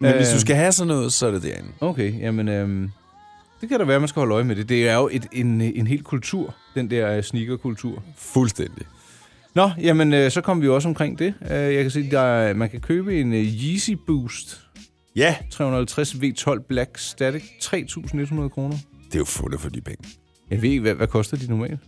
Men øh, hvis Øh. du skal have sådan noget, så er det derinde. Okay, jamen... Øhm, det kan da være, at man skal holde øje med det. Det er jo et, en, en hel kultur, den der øh, sneakerkultur. Fuldstændig. Nå, jamen, øh, så kom vi jo også omkring det. Øh, jeg kan se, der er, man kan købe en øh, Yeezy Boost. Ja. 350 V12 Black Static. 3.100 kroner. Det er jo fundet for de penge. Jeg ved ikke, hvad, hvad koster de normalt?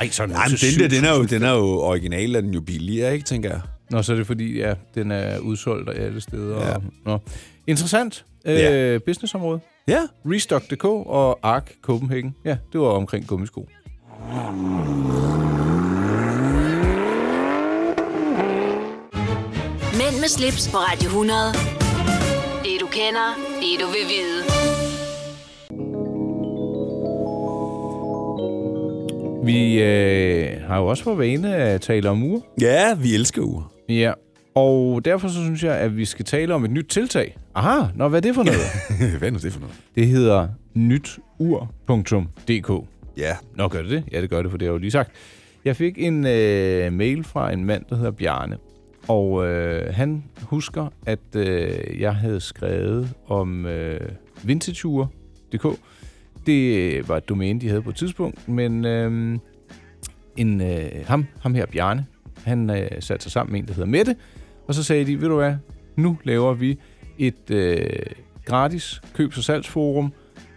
Ej, sådan Jamen, den altså der, den er jo, den er jo original, og den er jo billigere, ikke, tænker jeg. Nå, så er det fordi, ja, den er udsolgt og alle steder. Ja. Ja. Og, nå. Interessant. Øh, Ja. Businessområde. Ja. Restock.dk og Ark Copenhagen. Ja, det var omkring gummisko. Mænd med slips på Radio 100. Det du kender, det du vil vide. Vi øh, har jo også for vane at tale om uger. Ja, vi elsker uger. Ja. Og derfor så synes jeg, at vi skal tale om et nyt tiltag. Aha, nå, hvad er det for noget? hvad er nu det for noget? det hedder nytur.dk. Ja. Nå, gør det det? Ja, det gør det, for det har jeg jo lige sagt. Jeg fik en øh, mail fra en mand, der hedder Bjarne, og øh, han husker, at øh, jeg havde skrevet om øh, vintageure.dk. Det var et domæne, de havde på et tidspunkt, men øh, en, øh, ham, ham her, Bjarne, han øh, satte sig sammen med en, der hedder Mette, og så sagde de, ved du hvad, nu laver vi et øh, gratis købs- og salgsforum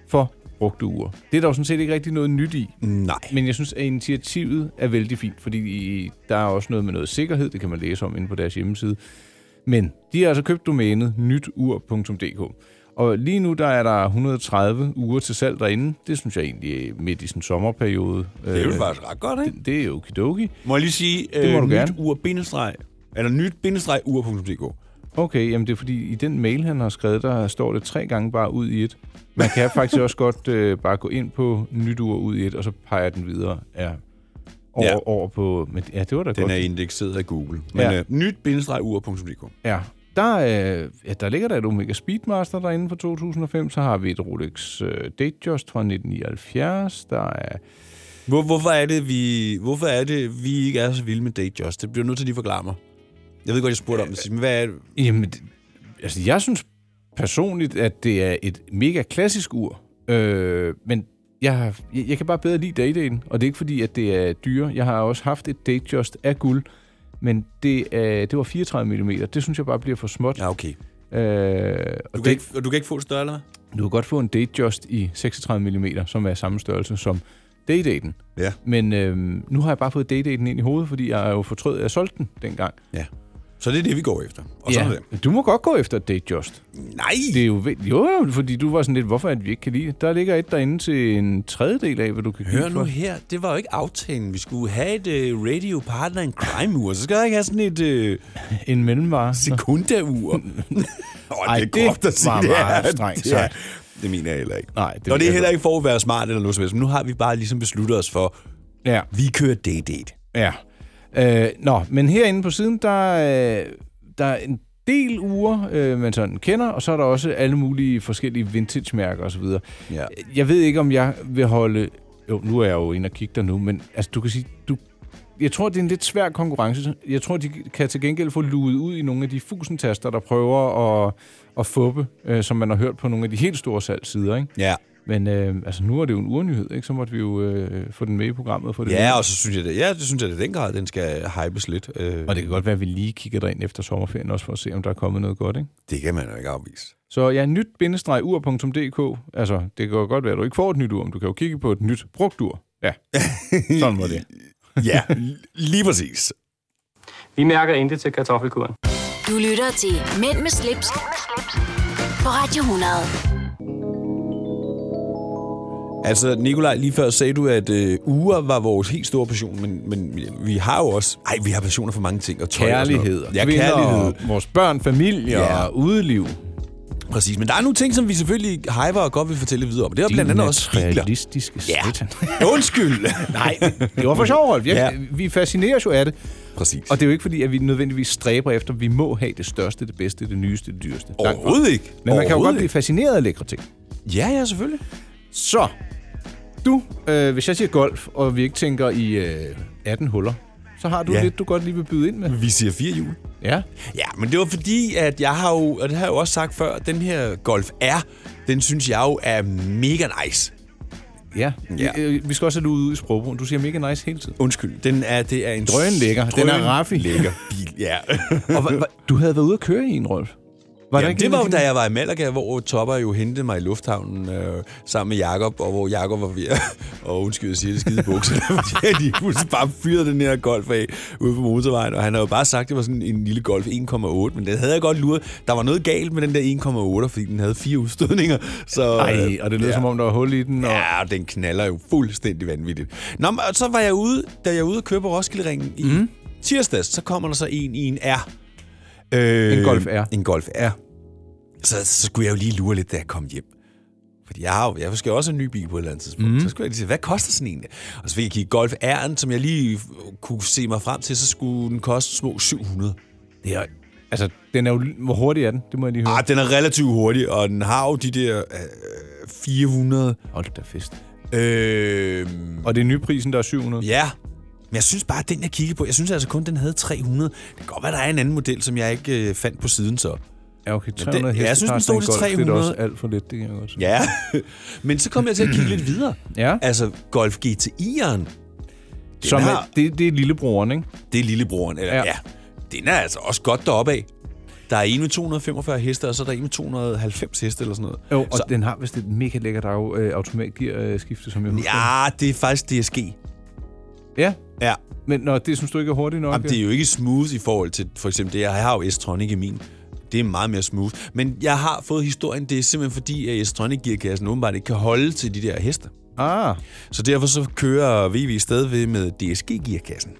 for brugte uger. Det er der jo sådan set ikke rigtig noget nyt i, Nej. men jeg synes, at initiativet er vældig fint, fordi I- der er også noget med noget sikkerhed, det kan man læse om inde på deres hjemmeside. Men de har altså købt domænet nytur.dk. Og lige nu der er der 130 uger til salg derinde. Det synes jeg egentlig er midt i sådan en sommerperiode. Det er jo faktisk ret godt, ikke? det, det er jo kidoki. Øh, Må jeg lige sige, øh, Det må du gerne. nyt ur bindestreg, eller nyt bindestreg ur.dk. Okay, jamen det er fordi, i den mail, han har skrevet, der står det tre gange bare ud i et. Man kan faktisk også godt øh, bare gå ind på nytur ud i et, og så peger den videre ja, over, Ja. ja. over på... Men, ja, det var da godt. Den er indekseret af Google. Men ja. Ja. øh, nyt bindestreg ur.dk. Ja. Der, øh, ja, der ligger der et Omega Speedmaster derinde fra 2005. Så har vi et Rolex øh, Datejust fra 1979. Der er... Hvor, hvorfor, er det, vi, hvorfor er det, vi ikke er så vilde med Datejust? Det bliver nødt til at lige forklare mig. Jeg ved godt, jeg spurgte om det, sidst, men hvad er det? Jamen, det- altså, jeg synes personligt, at det er et mega klassisk ur. Øh, men jeg, jeg, jeg kan bare bedre lide Daydayen. Og det er ikke fordi, at det er dyre. Jeg har også haft et Datejust af guld. Men det, øh, det var 34 mm. Det synes jeg bare bliver for småt. Ja, okay. Øh, og Du kan, det- ikke, og du kan ikke få et større, eller hvad? Du kan godt få en Datejust i 36 mm, som er samme størrelse som Daydaten. Ja. Men øhm, nu har jeg bare fået Daydaten ind i hovedet, fordi jeg er jo fortrød, at jeg solgte den dengang. Så det er det, vi går efter. Og ja. sådan er det. Du må godt gå efter Datejust. Nej! Det er jo, ved- jo, jo, fordi du var sådan lidt, hvorfor at vi ikke kan lide det? Der ligger et derinde til en tredjedel af, hvad du kan Hør købe nu for. her, det var jo ikke aftalen. Vi skulle have et uh, radio partner en crime ur, så skal jeg ikke have sådan et uh, En mellemvare. sekunda-ur. oh, Ej, det er det groft at sige, var det er. meget strengt det, er, sagt. det mener jeg heller ikke. Nej, det det, Nå, det mener er jeg heller godt. ikke for at være smart eller noget som helst, men nu har vi bare ligesom besluttet os for, Ja. vi kører day-date. Ja. Øh, nå, men herinde på siden, der, øh, der er en del uger, øh, man sådan kender, og så er der også alle mulige forskellige vintage-mærker osv. Ja. Jeg ved ikke, om jeg vil holde... Jo, nu er jeg jo inde og kigge der nu, men altså, du kan sige... Du... Jeg tror, det er en lidt svær konkurrence. Jeg tror, de kan til gengæld få luet ud i nogle af de fusentaster, der prøver at, at fuppe, øh, som man har hørt på nogle af de helt store salgsider, ikke? Ja. Men øh, altså, nu er det jo en urnyhed, ikke? Så måtte vi jo øh, få den med i programmet. og Få det med. Ja, og så synes jeg, det, ja, det synes jeg, det er den grad, den skal hypes lidt. Øh, Og det kan godt være, at vi lige kigger derind efter sommerferien også, for at se, om der er kommet noget godt, ikke? det kan man jo ikke afvise. Så ja, nyt-ur.dk. Altså, det kan jo godt være, at du ikke får et nyt ur, men du kan jo kigge på et nyt brugt ur. Ja, sådan var det. ja, lige præcis. Vi mærker intet til kartoffelkuren. Du lytter til Mænd med slips, på Radio 100. Altså, Nikolaj, lige før sagde du, at øh, uger var vores helt store passion, men, men vi har jo også... Ej, vi har passioner for mange ting. Og tøj Kærlighed. Og sådan noget. ja, kærlighed. Og vores børn, familie Ja. ja. og udeliv. Præcis. Men der er nogle ting, som vi selvfølgelig hyper og godt vil fortælle videre om. Det er blandt andet også biler. realistiske satan. Undskyld. Nej. Det var for sjov, Rolf. Jeg, Ja. ja. Vi fascineres jo af det. Præcis. Og det er jo ikke fordi, at vi nødvendigvis stræber efter, at vi må have det største, det bedste, det nyeste, det dyreste. Langt fra. Overhovedet ikke. Men man kan jo Overhovedet godt blive fascineret af lækre ting. Ja, ja, selvfølgelig. Så, du, øh, hvis jeg siger golf, og vi ikke tænker i øh, 18 huller, så har du Ja. ja. lidt, du godt lige vil byde ind med. Vi siger fire hjul. Ja. Ja, men det var fordi, at jeg har jo, og det har jeg jo også sagt før, at den her Golf R, den synes jeg jo er mega nice. Ja. ja. Vi, øh, vi skal også have det ud i sprogbrugen. Du siger mega nice hele tiden. Undskyld. Den er, det er en... Drøn lækker. Den er raffi. Lækker bil, ja. Og hva, hva, du havde været ude at køre i en, Rolf. Var Jamen, det en var af jo, dine- da jeg var i Malaga, hvor Topper jo hentede mig i lufthavnen øh, sammen med Jakob, og hvor Jakob var ved at, og undskyld, jeg siger det skide i bukserne, fordi han lige pludselig bare fyrede den her golf af ude på motorvejen, og han havde jo bare sagt, at det var sådan en lille golf 1,8, men den havde jeg godt luret. Der var noget galt med den der 1,8, fordi den havde fire udstødninger, så... Ej, og det lød ja. som om, der var hul i den. Og... Ja, og den knaller jo fuldstændig vanvittigt. Nå, men og så var jeg ude, da jeg var ude og køre på Roskilde-ringen i mm. tirsdags, så kommer der så en i en R. Øh, En Golf R. En Golf R. Så, så skulle jeg jo lige lure lidt, da jeg kom hjem. Fordi jeg, har, jo- jeg skal jo også have en ny bil på et eller andet tidspunkt. Mm. Så skulle jeg lige se, hvad koster sådan en? Og så fik jeg kigge Golf R'en, som jeg lige kunne se mig frem til, så skulle den koste små 700. Det er, altså, den er jo... Hvor hurtig er den? Det må jeg lige høre. Ah, den er relativt hurtig, og den har jo de der øh, 400. Hold da fest. Øh, Og det er nyprisen, der er 700. Ja. Men jeg synes bare, at den, jeg kiggede på, jeg synes altså kun, den havde 300. Det kan godt være, der er en anden model, som jeg ikke øh, fandt på siden så. Ja, okay. 300 det- hestekræfter jeg synes, den stod i en til Golf, Det 300. er da også alt for lidt, det kan jeg godt sige. Ja. Men så kom jeg til at kigge lidt videre. Ja. Altså, Golf GTI'eren, Som er, har- det, det er lillebroren, ikke? det er lillebroren. Eller, Ja. ja. ja. Den er altså også godt deroppe af. Der er en med 245 heste, og så er der en med 290 heste eller sådan noget. Jo, og så, så. den har vist et mega lækkert au- øh, automatgearskifte, som jeg husker. ja, det er faktisk DSG. ja. Ja. Men når det synes du ikke er hurtigt nok? Jamen, det er jo ikke smooth i forhold til for eksempel det. Jeg har jo S-Tronic i min. Det er meget mere smooth. Men jeg har fået historien, det er simpelthen fordi, at S-Tronic-gearkassen åbenbart ikke kan holde til de der heste. Ah, Så derfor så kører VV stadigvæk med DSG-gearkassen.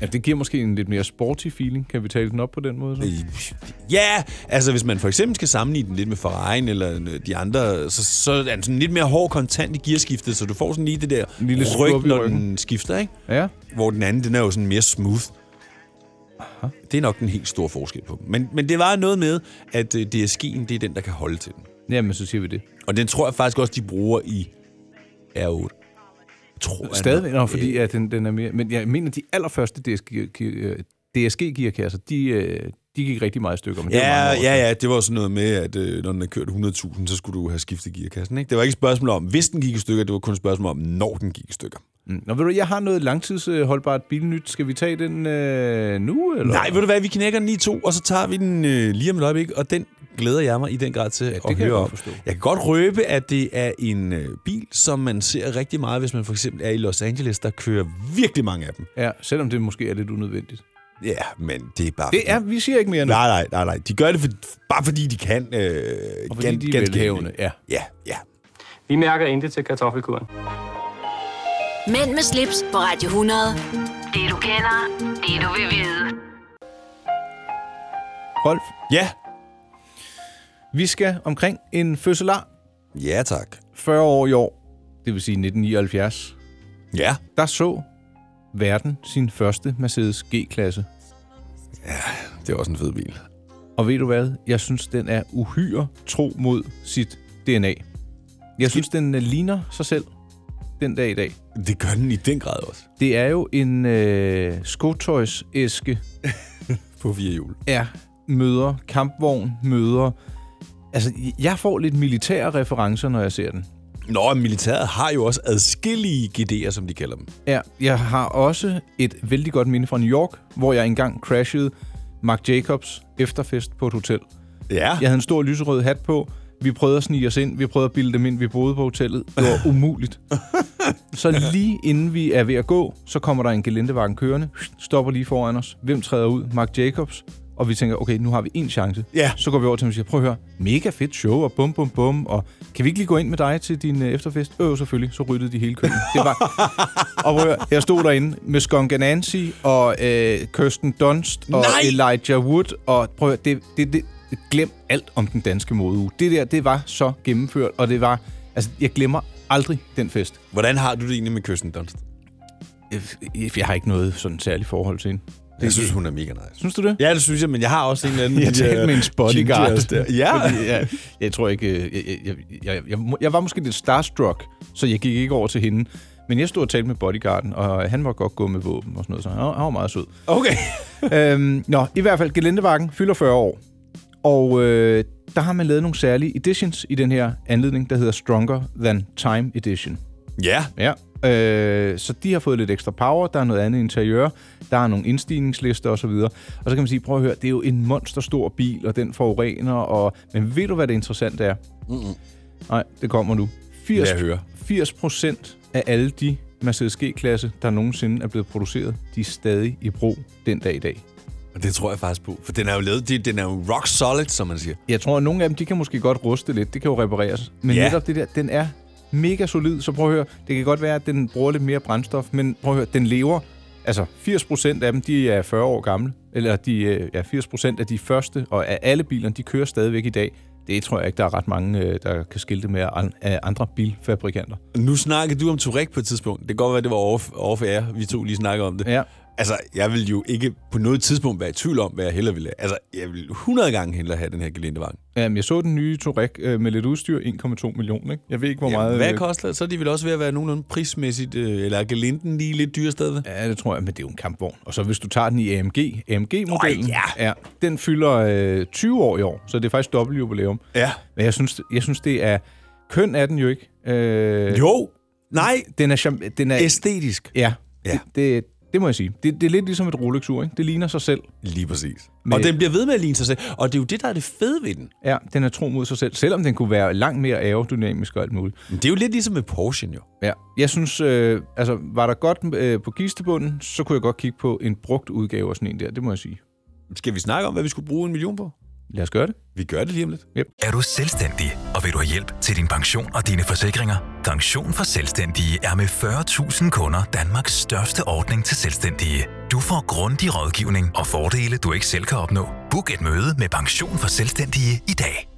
ja, det giver måske en lidt mere sporty feeling. Kan vi tale den op på den måde? Så? Ja, altså hvis man for eksempel skal sammenligne den lidt med Ferrari'en eller de andre, så, så er den sådan lidt mere hård kontant i gearskiftet, så du får sådan lige det der En lille skub ryg, i når ryggen. den skifter, ikke? Ja. hvor den anden, den er jo sådan mere smooth. Aha. Det er nok den helt store forskel på dem. Men, men det var noget med, at øh, DSG'en, det er den, der kan holde til den. Jamen, så siger vi det. Og den tror jeg faktisk også, de bruger i R8. Tror jeg Stadigvæk, nok. nå, fordi at den, den er mere... Men jeg mener, de allerførste DSG, øh, DSG-gearkasser, de, øh, de gik rigtig meget i stykker. Men det var Ja, mange år siden. ja, ja, det var jo sådan noget med, at øh, når den er kørt 100.000, så skulle du have skiftet gearkassen. Ikke? Det var ikke et spørgsmål om, hvis den gik i stykker, det var kun et spørgsmål om, når den gik i stykker. Mm. Nå, ved du, jeg har noget langtidsholdbart bilnyt. Skal vi tage den øh, nu, eller? Nej, ved du hvad, vi knækker den i to, og så tager vi den øh, lige om et øjeblik, og den glæder jeg mig i den grad til ja, at kan jeg høre godt om. forstå. Jeg kan godt røbe, at det er en øh, bil, som man ser rigtig meget, hvis man for eksempel er i Los Angeles, der kører virkelig mange af dem. Ja, selvom det måske er lidt unødvendigt. Ja, men det er bare... Det er, vi siger ikke mere nu. Nej, nej, nej, nej. De gør det for, bare fordi de kan. Øh, Og fordi de er velhavende, ja. Ja, ja. Vi mærker intet til kartoffelkuren. Mænd med slips på Radio 100. Det du kender, det du vil vide. Rolf, Ja. vi skal omkring en fødselar Ja, tak. 40 år i år, det vil sige 1979. Ja. Der så verden sin første Mercedes G-klasse. Det er også en fed bil. Og ved du hvad? Jeg synes, den er uhyre tro mod sit DNA. Jeg synes, den øh, ligner sig selv den dag i dag. Det gør den i den grad også. Det er jo en øh, skotøjsæske, På fire hjul. er møder, kampvogn møder. Altså, jeg får lidt militære referencer, når jeg ser den. Nå, militæret har jo også adskillige GD'er, som de kalder dem. Ja, jeg har også et vældig godt minde fra New York, hvor jeg engang crashede Mark Jacobs efterfest på et hotel. Ja. Jeg havde en stor lyserød hat på. Vi prøvede at snige os ind. Vi prøvede at bilde dem ind. Vi boede på hotellet. Det var umuligt. Så lige inden vi er ved at gå, så kommer der en gelændevagen kørende. Stopper lige foran os. Hvem træder ud? Mark Jacobs. Og vi tænker, okay, nu har vi en chance. Ja. Så går vi over til ham og siger, prøv at høre, mega fedt show, og bum, bum, bum, og kan vi ikke lige gå ind med dig til din øh, efterfest? Øh, selvfølgelig, så ryddede de hele køen. Det var, og prøv at høre, jeg stod derinde med Skunk Nancy og øh, Kirsten Dunst og Nej! Elijah Wood. Og prøv at høre, det, det, det, glem alt om den danske modeuge. Det der, det var så gennemført, og det var... Altså, jeg glemmer aldrig den fest. Hvordan har du det egentlig med Kirsten Dunst? Øh, Jeg, jeg har ikke noget sådan særligt forhold til hende. Jeg synes, hun er mega nice. Synes du det? Ja, det synes jeg, men jeg har også en eller anden... øh, Jeg talte med en bodyguard. Ja. Fordi jeg, jeg tror ikke... øh, Jeg, jeg, jeg, jeg, må- jeg var måske lidt starstruck, så jeg gik ikke over til hende. Men jeg stod og talte med bodyguarden, og han var godt gå med våben og sådan noget, så han var, han var meget sød. Okay. øhm, nå, i hvert fald, Gelendevakken fylder 40 år. Og øh, der har man lavet nogle særlige editions i den her anledning, der hedder Stronger Than Time Edition. Ja. Ja. Øh, så de har fået lidt ekstra power, der er noget andet interiør, der er nogle indstigningslister osv. Og så kan man sige, prøv at høre, det er jo en monsterstor bil, og den forurener, og... men ved du, hvad det interessante er? Mm-mm. Nej, det kommer nu. 80, Lad høre. 80 procent af alle de Mercedes G-klasse, der nogensinde er blevet produceret, de er stadig i brug den dag i dag. Og det tror jeg faktisk på. For den er jo lavet, de- den er jo rock solid, som man siger. Jeg tror, at nogle af dem, de kan måske godt ruste lidt. Det kan jo repareres. Men Ja. ja. netop det der, den er mega solid. Så prøv at høre, det kan godt være, at den bruger lidt mere brændstof, men prøv at høre, den lever. Altså, 80% af dem, de er 40 år gamle. Eller de, øh, ja, 80% af de første, og af alle bilerne, de kører stadigvæk i dag. Det tror jeg ikke, der er ret mange, øh, der kan skilte med an- af andre bilfabrikanter. Nu snakkede du om Touareg på et tidspunkt. Det kan godt være, det var off, off air. Vi to lige snakkede om det. Ja. Altså, jeg vil jo ikke på noget tidspunkt være i tvivl om, hvad jeg hellere ville have. Altså, jeg vil 100 gange hellere have den her gelindevagn. Jamen, jeg så den nye Touareg øh, med lidt udstyr, 1,2 millioner. Ikke? Jeg ved ikke, hvor Jamen, meget... hvad øh, koster det? Så er de vel også ved at være nogenlunde prismæssigt, øh, eller er gelinden lige lidt dyre stadigvæk? Ja, det tror jeg, men det er jo en kampvogn. Og så hvis du tager den i AMG, AMG-modellen, Åh, ja. ja, den fylder øh, 20 år i år, så det er faktisk dobbelt jubilæum. Ja. Men jeg synes, jeg synes det er... Køn er den jo ikke. Øh, Jo! Nej! Den er... charm- Den er Æstetisk. ja, Ja. Det, det, det må jeg sige. Det, det er lidt ligesom et Rolex-ur, ikke? Det ligner sig selv. Lige præcis. Men- Og den bliver ved med at ligne sig selv. Og det er jo det, der er det fede ved den. Ja, den er tro mod sig selv, selvom den kunne være langt mere aerodynamisk og alt muligt. Men det er jo lidt ligesom med Porsche, jo. Ja, jeg synes, øh, altså, var der godt øh, på kistebunden, så kunne jeg godt kigge på en brugt udgave af sådan en der, det må jeg sige. Skal vi snakke om, hvad vi skulle bruge en million på? Lad os gøre det. Vi gør det lige om lidt. Er du selvstændig, og vil du have hjælp til din pension og dine forsikringer? Pension for Selvstændige er med 40.000 kunder Danmarks største ordning til selvstændige. Du får grundig rådgivning og fordele, du ikke selv kan opnå. Book et møde med Pension for Selvstændige i dag.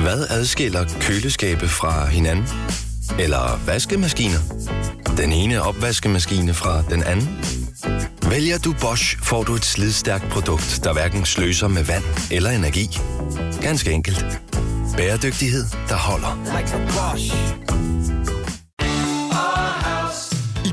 Hvad adskiller køleskabe fra hinanden? Eller vaskemaskiner? Den ene opvaskemaskine fra den anden? Vælger du Bosch, får du et slidstærkt produkt, der hverken sløser med vand eller energi. Ganske enkelt. Bæredygtighed, der holder. I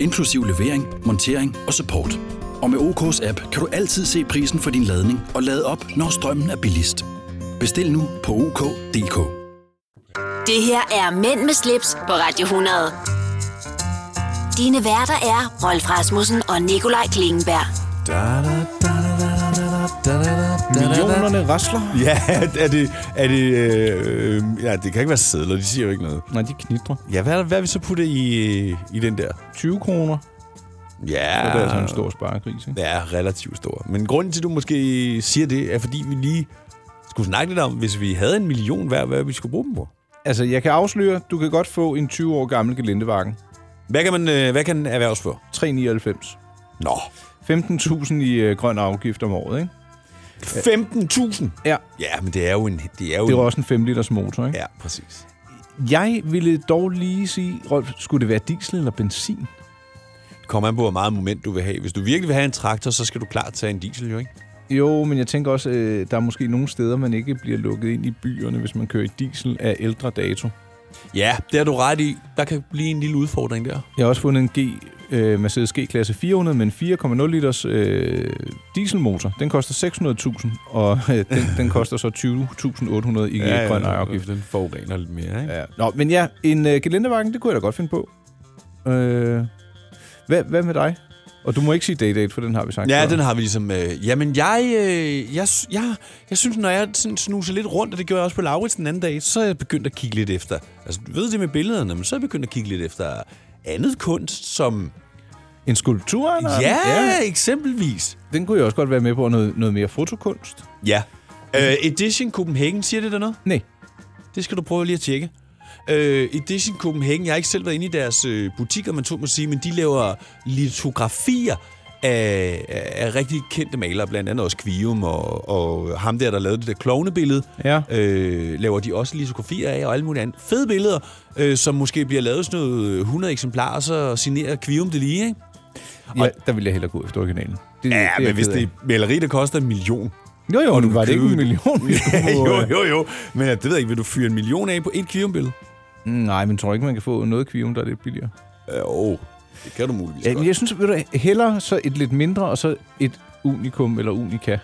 inklusiv levering, montering og support. Og med OK's app kan du altid se prisen for din ladning og lade op, når strømmen er billigst. Bestil nu på OK.dk. Det her er Mænd med slips på Radio 100. Dine værter er Rolf Rasmussen og Nikolaj Klingenberg. Millionerne rasler. Ja, er det... Er det øh, øh, ja, det kan ikke være sædler, de siger jo ikke noget. Nej, de knitrer. Ja, hvad, hvad vi så putte i, øh, i den der? 20 kroner. Ja, Det er altså en stor sparegris, ikke? Ja, relativt stor. Men grunden til, at du måske siger det, er fordi vi lige skulle snakke lidt om, hvis vi havde en million hver, hvad vi skulle bruge dem på. Altså, jeg kan afsløre, du kan godt få en 20 år gammel gelindevagen. Hvad kan, man, øh, hvad kan den erhverves for? 399. Nå, 15.000 i øh, grøn afgift om året, ikke? 15.000! Ja. Ja, men det er jo en... Det er jo Det var en, også en 5 liters motor, ikke? Ja, præcis. Jeg ville dog lige sige, Rolf, skulle det være diesel eller benzin? Kommer an på, hvor meget moment du vil have. Hvis du virkelig vil have en traktor, så skal du klart tage en diesel, jo ikke? Jo, men jeg tænker også, øh, der er måske nogle steder, man ikke bliver lukket ind i byerne, hvis man kører i diesel af ældre dato. Ja, det har du ret i. Der kan blive en lille udfordring der. Jeg har også fundet en G, øh, Mercedes G-klasse 400 med en 4,0 liters øh, dieselmotor. Den koster 600.000, og øh, den, den koster så 20.800 i ja, grøn ejerafgift. Den forurener lidt mere, ikke? Ja. Ja. Nå, men ja, en øh, gelændevagen, det kunne jeg da godt finde på. Øh, hvad, hvad med dig? Og du må ikke sige day-date, for den har vi sagt Ja, før. den har vi ligesom... Øh, jamen, jeg, øh, jeg, sy- jeg, jeg synes, når jeg sådan snuser lidt rundt, og det gjorde jeg også på Laurits den anden dag, så er jeg begyndt at kigge lidt efter... Altså, du ved det med billederne, men så er jeg begyndt at kigge lidt efter andet kunst, som... En skulptur, eller? Ja, eksempelvis. Den kunne jeg også godt være med på, og noget, noget mere fotokunst. Ja. Øh, Edition Copenhagen, siger det der noget? Nej. Det skal du prøve lige at tjekke. Øh, Edition Copenhagen, jeg har ikke selv været inde i deres øh, butikker, man tog må sige, men de laver litografier af, af rigtig kendte malere, blandt andet også Kvium og, og ham der, der lavede det der klovnebillede, ja. øh, laver de også litografier af og alle mulige andet. Fede billeder, øh, som måske bliver lavet sådan noget 100 eksemplarer, så signerer Kvium det lige, ikke? Ja, og, der vil jeg hellere gå efter originalen. Det, ja, det men hvis det er maleri, der koster en million, Jo, jo, og men du var det ikke køber- en million? vi Ja, skulle- jo, jo, jo. Men det ved jeg ikke, vil du fyre en million af på et kviumbillede? Mm, Nej, men tror du ikke, man kan få noget kvium, der er lidt billigere? Jo, øh, det kan du muligvis Ja, ja, men godt. jeg synes, ved du, hellere så et lidt mindre, og så et unikum eller unika.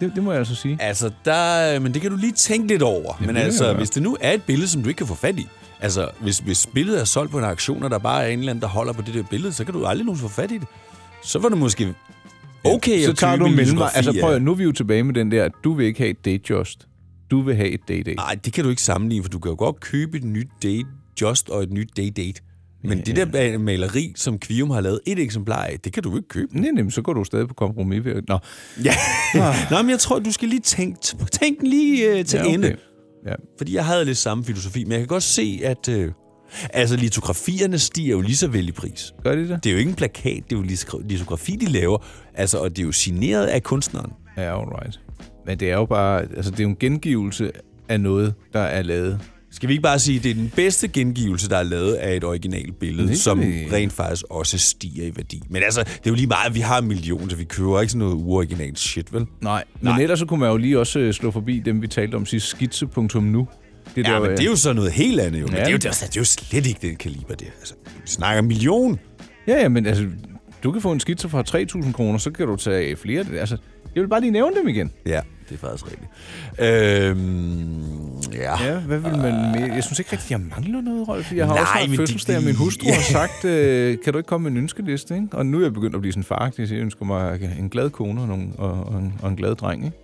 Det, det må jeg altså sige. Altså, der, øh, men det kan du lige tænke lidt over. Jamen, men det kan altså, jeg hvis det nu er et billede, som du ikke kan få fat i, altså, hvis, hvis billedet er solgt på en auktion, og der bare er en eller anden, der holder på det der billede, så kan du aldrig nogensinde få fat i det. Så var du måske okay så at tager købe du en mellemvej. litografi Altså prøv af. at, nu er vi jo tilbage med den der, at du vil ikke have et dayjust. Du vil have et dayday. Nej, det kan du ikke sammenligne, for du kan jo godt købe et nyt date just og et nyt date date. Men ja. det der maleri, som Kvium har lavet et eksemplar af, det kan du jo ikke købe. Nej, nej, men så går du stadig på kompromis. ved- Nå, Ja. Nå, men jeg tror, du skal lige tænke, tænk den lige øh, til Ja, ja, okay. okay. ende. Ja. Fordi jeg havde lidt samme filosofi, men jeg kan godt se, at øh, altså, litografierne stiger jo lige så vel i pris. gør de det? Det er jo ikke en plakat, det er jo lis- litografi, de laver, altså, og det er jo signeret af kunstneren. Ja, alright. Men det er jo bare, altså det er jo en gengivelse af noget, der er lavet. Skal vi ikke bare sige, at det er den bedste gengivelse, der er lavet af et originalt billede, Det det kan som vi. rent faktisk også stiger i værdi. Men altså, det er jo lige meget, at vi har en million, så vi køber ikke sådan noget uoriginalt shit, vel? Nej. Men Nej. ellers så kunne man jo lige også øh, slå forbi dem, vi talte om sidst, skitse.nu. Det Ja, der, men øh, det er jo så noget helt andet, jo. Men Ja, det, er jo, men- det, er, det er jo slet ikke den kaliber, det er. Altså, vi snakker en million. Ja, ja, men altså, du kan få en skitse for 3.000 kroner, så kan du tage flere. Altså, jeg vil bare lige nævne dem igen. Ja, det er faktisk rigtigt. Øhm, ja. Ja, hvad vil man mere? Jeg synes ikke rigtigt, jeg mangler noget, Rolf. Jeg har Nej, også haft men det- fødselsdag, og min hustru har sagt, øh, kan du ikke komme med en ønskeliste? Ikke? Og nu er jeg begyndt at blive sådan far, jeg ønsker mig en glad kone og, nogle, og, og, en, og en glad dreng. Ikke?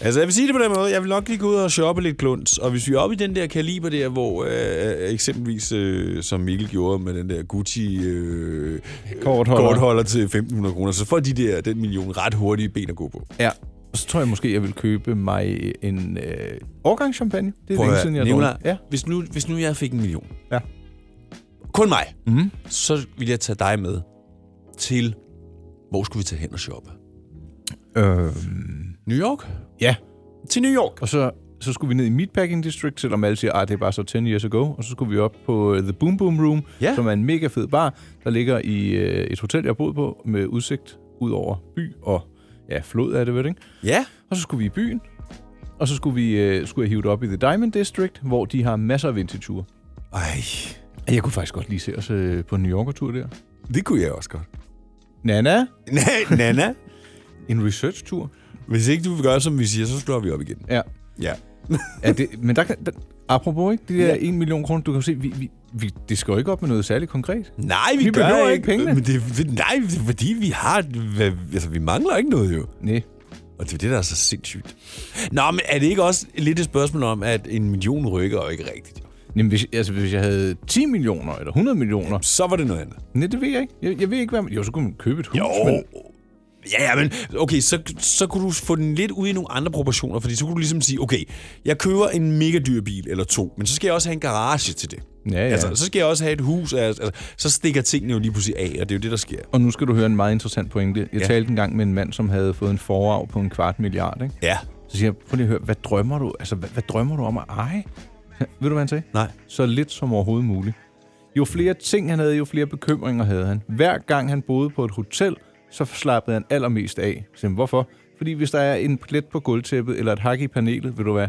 Altså, jeg vil sige det på den måde. Jeg vil nok lige gå ud og shoppe lidt klunds. Og hvis vi er oppe i den der kaliber der, hvor øh, eksempelvis, øh, som Mikkel gjorde med den der Gucci øh, Kortholder. kortholder til 1.500 kroner, så får de der den million ret hurtige ben at gå på. Ja. Og så tror jeg måske, jeg vil købe mig en øh, årgang champagne. Det er Prøv at længe høre, siden, jeg har Nicolaj, drukket. Ja. hvis, nu, hvis nu jeg fik en million, Ja. kun mig, Mhm. så vil jeg tage dig med til, hvor skulle vi tage hen og shoppe? Øh, New York? ja. Til New York. Og så, så skulle vi ned i Meatpacking District, selvom alle siger, at det er bare så 10 years ago. Og så skulle vi op på øh, The Boom Boom Room, Ja. som er en mega fed bar, der ligger i øh, et hotel, jeg har boet på, med udsigt ud over by og ja, flod er det vel, ikke? Ja. Og så skulle vi i byen, og så skulle vi øh, skulle jeg hive det op i The Diamond District, hvor de har masser af vintage-ture. Ej, Jeg kunne faktisk godt lige se os øh, på en New Yorker-tur der. det kunne jeg også godt. Nana, Nej, Nana, en research-tur. hvis ikke du vil gøre, som vi siger, så slår vi op igen. Ja. Ja. Ja, det, men der kan... Der, apropos, ikke? De der ja. 1 million kroner, du kan jo se, vi, vi, vi, det skal jo ikke op med noget særligt konkret. Nej, vi, Vi gør behøver ikke. ikke pengene. Men det, det- nej, det er fordi vi har... hvad- Altså, vi mangler ikke noget jo. Nej. Og det er det, der er så sindssygt. Nå, men er det ikke også lidt et spørgsmål om, at en million rykker jo ikke rigtigt? jo? Jamen, hvis, altså, hvis jeg havde 10 millioner eller 100 millioner, Så var det noget andet. nej, det ved jeg ikke. Jeg, jeg ved ikke, hvad man... Jo, så kunne man købe et hus, Jo. men... Ja, ja, men okay, så, så kunne du få den lidt ud i nogle andre proportioner, fordi så kunne du ligesom sige, okay, jeg køber en mega dyr bil eller to, men så skal jeg også have en garage til det. Ja, ja. Altså, så skal jeg også have et hus, altså, altså, så stikker tingene jo lige pludselig af, og det er jo det, der sker. Og nu skal du høre en meget interessant pointe. Jeg ja. Ja. talte engang med en mand, som havde fået en forarv på en kvart milliard, ikke? Ja. Så siger jeg, prøv lige at høre, hvad drømmer du, altså, hvad, hvad drømmer du om at eje? Ja, Ved du, hvad han sagde? Nej. Så lidt som overhovedet muligt. Jo flere ting han havde, jo flere bekymringer havde han. Hver gang han boede på et hotel, så slappede han allermest af. Simpelthen, hvorfor? Fordi hvis der er en plet på gulvtæppet eller et hak i panelet, ved du hvad?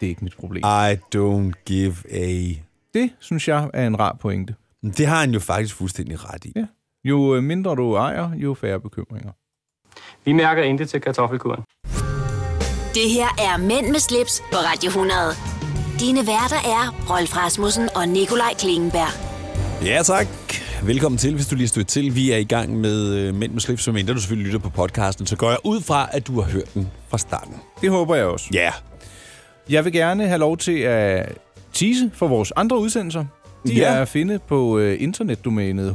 Det er ikke mit problem. I don't give a... Det, synes jeg, er en rar pointe. Men Det har han jo faktisk fuldstændig ret i. Ja. Jo øh, mindre du ejer, jo færre bekymringer. Vi mærker intet til kartoffelkuren. Det her er Mænd med slips på Radio 100. Dine værter er Rolf Rasmussen og Nikolaj Klingenberg. Ja, tak. Velkommen til, hvis du lige stødt til. Vi er i gang med øh, Mænd med slips, som mindre du selvfølgelig lytter på podcasten, så går jeg ud fra, at du har hørt den fra starten. Det håber jeg også. Ja. Yeah. Jeg vil gerne have lov til at tease for vores andre udsendelser. De Ja. er at finde på øh, internetdomænet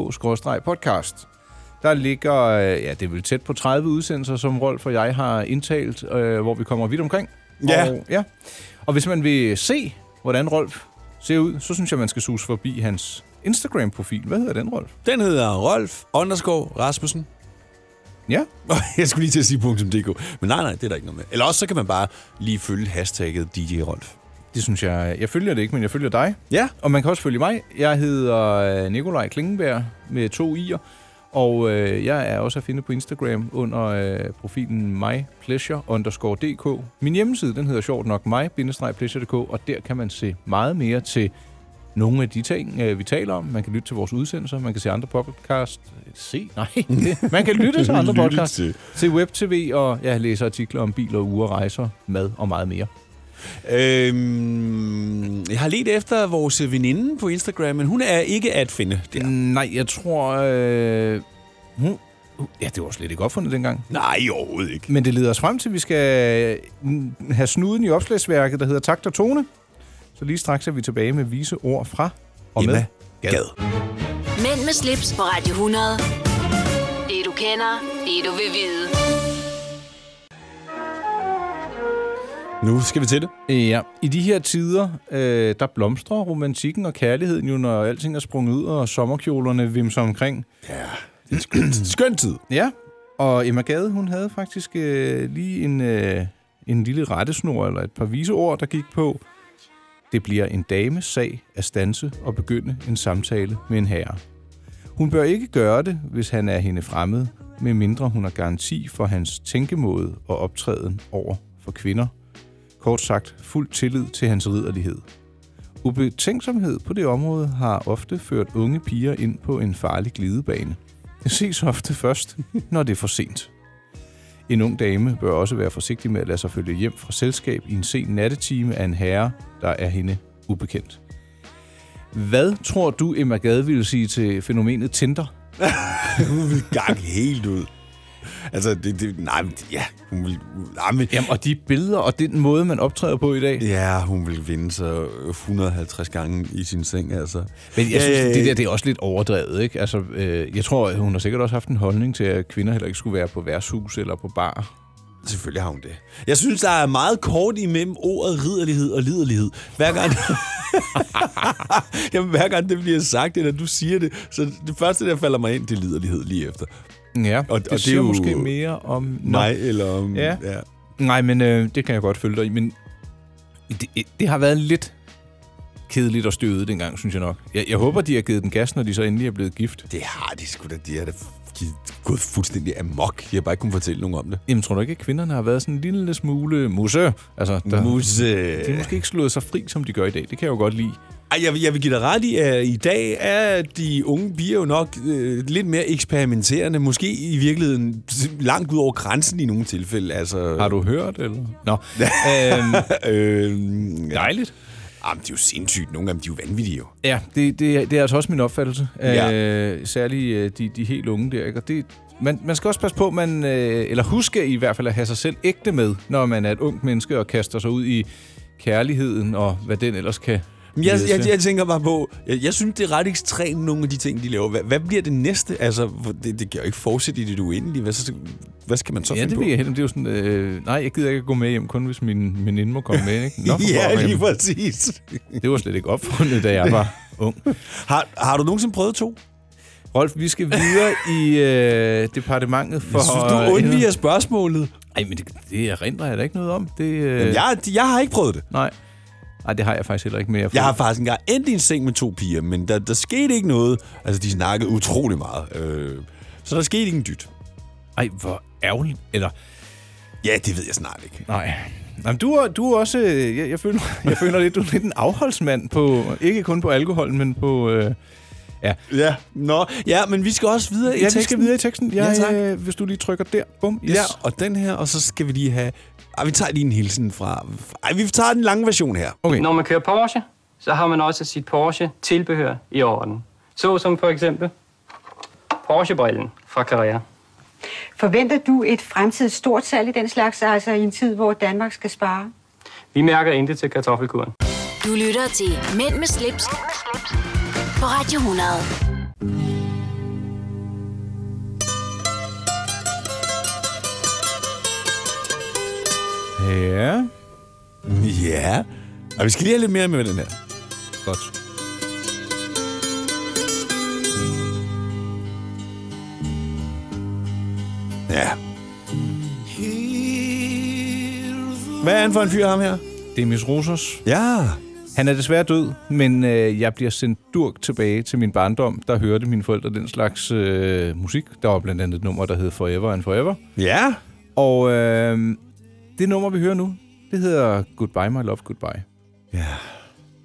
https:/radioplay.dk-podcast. Der ligger, øh, ja, det er vel tæt på 30 udsendelser, som Rolf og jeg har indtalt, øh, hvor vi kommer vidt omkring. Ja. Og, ja. og hvis man vil se, hvordan Rolf ser ud, så synes jeg, man skal sus forbi hans Instagram-profil. Hvad hedder den, Rolf? Den hedder Rolf underskov Rasmussen. Ja. Jeg skulle lige til at sige .dk, men nej, nej, det er der ikke noget med. Eller også så kan man bare lige følge hashtagget DJ Rolf. Det synes jeg... Jeg følger det ikke, men jeg følger dig. Ja. Og man kan også følge mig. Jeg hedder øh, Nikolaj Klingenberg med to i'er. Og øh, jeg er også at finde på Instagram under øh, profilen mypleasure_dk. Min hjemmeside, den hedder sjovt nok my-pleasure.dk, og der kan man se meget mere til nogle af de ting, øh, vi taler om. Man kan lytte til vores udsendelser, man kan se andre podcast. Se? Nej. det- Man kan lytte til andre Lytte podcast. til. Se web-tv, og jeg læser artikler om biler, uger, rejser, mad og meget mere. Øhm, jeg har let efter vores veninde på Instagram, men hun er ikke at finde der. Nej, jeg tror... Øh, hun, ja, det var slet ikke opfundet dengang. Nej, overhovedet ikke. Men det leder os frem til, at vi skal mm, have snuden i opslagsværket, der hedder Takt og Tone. Så lige straks er vi tilbage med vise ord fra og Emma med Gad. Mænd med slips på Radio 100. Det du kender, det du vil vide. Nu skal vi til det. Ja, i de her tider, øh, der blomstrer romantikken og kærligheden jo, når alting er sprunget ud, og sommerkjolerne vimser omkring. Det er skøn, skøn tid. Ja, og Emma Gade, hun havde faktisk øh, lige en, øh, en lille rettesnor, eller et par viseord, der gik på, det bliver en dames sag at stanse og begynde en samtale med en herre. Hun bør ikke gøre det, hvis han er hende fremmed, medmindre hun har garanti for hans tænkemåde og optræden over for kvinder. Kort sagt, fuld tillid til hans ridderlighed. Ubetænksomhed på det område har ofte ført unge piger ind på en farlig glidebane. Det ses ofte først, når det er for sent. En ung dame bør også være forsigtig med at lade sig følge hjem fra selskab i en sen nattetime af en herre, der er hende ubekendt. Hvad tror du, Emma Gade ville sige til fænomenet Tinder? Hun vil gang helt ud. Altså, det, det, nej, men, ja, hun vil, nej, men, Jamen, og de billeder og den måde, man optræder på i dag. ja, hun vil vinde sig 150 gange i sin seng, altså. Men jeg synes, Øh, det der det er også lidt overdrevet, ikke? Altså, øh, jeg tror, hun har sikkert også haft en holdning til, at kvinder heller ikke skulle være på værtshus eller på bar. Selvfølgelig har hun det. Jeg synes, der er meget kort imellem ordet ridderlighed og liderlighed. Hver gang... Jamen, hver gang det bliver sagt, eller du siger det, så det første, der falder mig ind, det er liderlighed lige efter. Ja, og, og det, det er det siger jo- måske mere om... Nå. Nej, eller om... Ja. Nej, men øh, det kan jeg godt følge dig i, men det, det har været lidt kedeligt og støvet dengang, synes jeg nok. Jeg, jeg håber, de har givet den gas, når de så endelig er blevet gift. Det har de sgu da. De er da f- de er gået fuldstændig amok. De har bare ikke kunnet fortælle nogen om det. Jamen, tror du ikke, at kvinderne har været sådan en lille smule musse? Altså, der, Muse. de har måske ikke slået sig fri, som de gør i dag. Det kan jeg jo godt lide. Ej, jeg, vil- jeg vil give dig ret i, at i dag er de unge piger jo nok øh, lidt mere eksperimenterende. Måske i virkeligheden langt ud over grænsen i nogle tilfælde. Altså, Har du hørt, eller? Nå. øhm, øh, dejligt. Jamen, det er jo sindssygt. Nogle af dem, de er jo vanvittige jo. Ja, det, det, er- det er altså også min opfattelse. Ja. Ja. Øh, særligt øh, de, de helt unge der. Ikke? Og det, man, man skal også passe på, man, øh, eller huske i hvert fald at have sig selv ægte med, når man er et ungt menneske og kaster sig ud i kærligheden og hvad den ellers kan Men jeg, lede jeg, til. jeg tænker bare på, jeg, jeg synes, det er ret ekstremt, nogle af de ting, de laver. Hvad, hvad bliver det næste? Altså, hvor- det, det kan jo ikke fortsætte i det uendelige. Hvad, så, hvad skal man så Ja, finde det på? ved jeg heller. Det er jo sådan, øh, nej, jeg gider ikke at gå med hjem, kun hvis min veninde må komme med. Ikke? Nå, for ja, pokker, lige jamen, præcis. det var slet ikke opfundet, da jeg var ung. Har, har du nogensinde prøvet to? Rolf, vi skal videre i øh, departementet for... Jeg synes, du undviger spørgsmålet. Ej, men det, det erindrer jeg da ikke noget om. Det, øh, Jamen, jeg, jeg har ikke prøvet det. Nej. Nej, det har jeg faktisk heller ikke mere. Jeg har faktisk engang endt i en seng med to piger, men der, der skete ikke noget. Altså, de snakkede utrolig meget. Øh, så der skete ikke en dyt. Ej, hvor ærgerligt. Eller, Ja, det ved jeg snart ikke. nej. Jamen, du, er, du er også... øh, Jeg, jeg, føler, jeg føler lidt, du er lidt en afholdsmand på... Ikke kun på alkohol, men på... Øh, Ja, nå. Ja, men vi skal også videre i ja, teksten. vi skal videre i teksten. Jeg, Ja, tak. Øh, hvis du lige trykker der. Bum. Yes. Ja, og den her, og så skal vi lige have... Ej, vi tager lige en hilsen fra... Ej, vi tager den lange version her. Okay. Når man kører Porsche, så har man også sit Porsche-tilbehør i orden. Så som for eksempel Porsche-brillen fra Carrera. Forventer du et fremtidigt stort salg i den slags, altså i en tid, hvor Danmark skal spare? Vi mærker intet til kartoffelkuren. Du lytter til Mænd med slips, på Radio 100. Ja, Ja. Og vi skal lige have lidt mere med den her. godt. Ja. Hvad er han for en fyr, ham her? Demis Roussos. Ja. Han er desværre død, men øh, jeg bliver sendt durk tilbage til min barndom. Der hørte mine forældre den slags øh, musik. Der var blandt andet et nummer, der hed Forever and Forever. Ja. Og øh, det nummer, vi hører nu, det hedder Goodbye My Love Goodbye. Ja.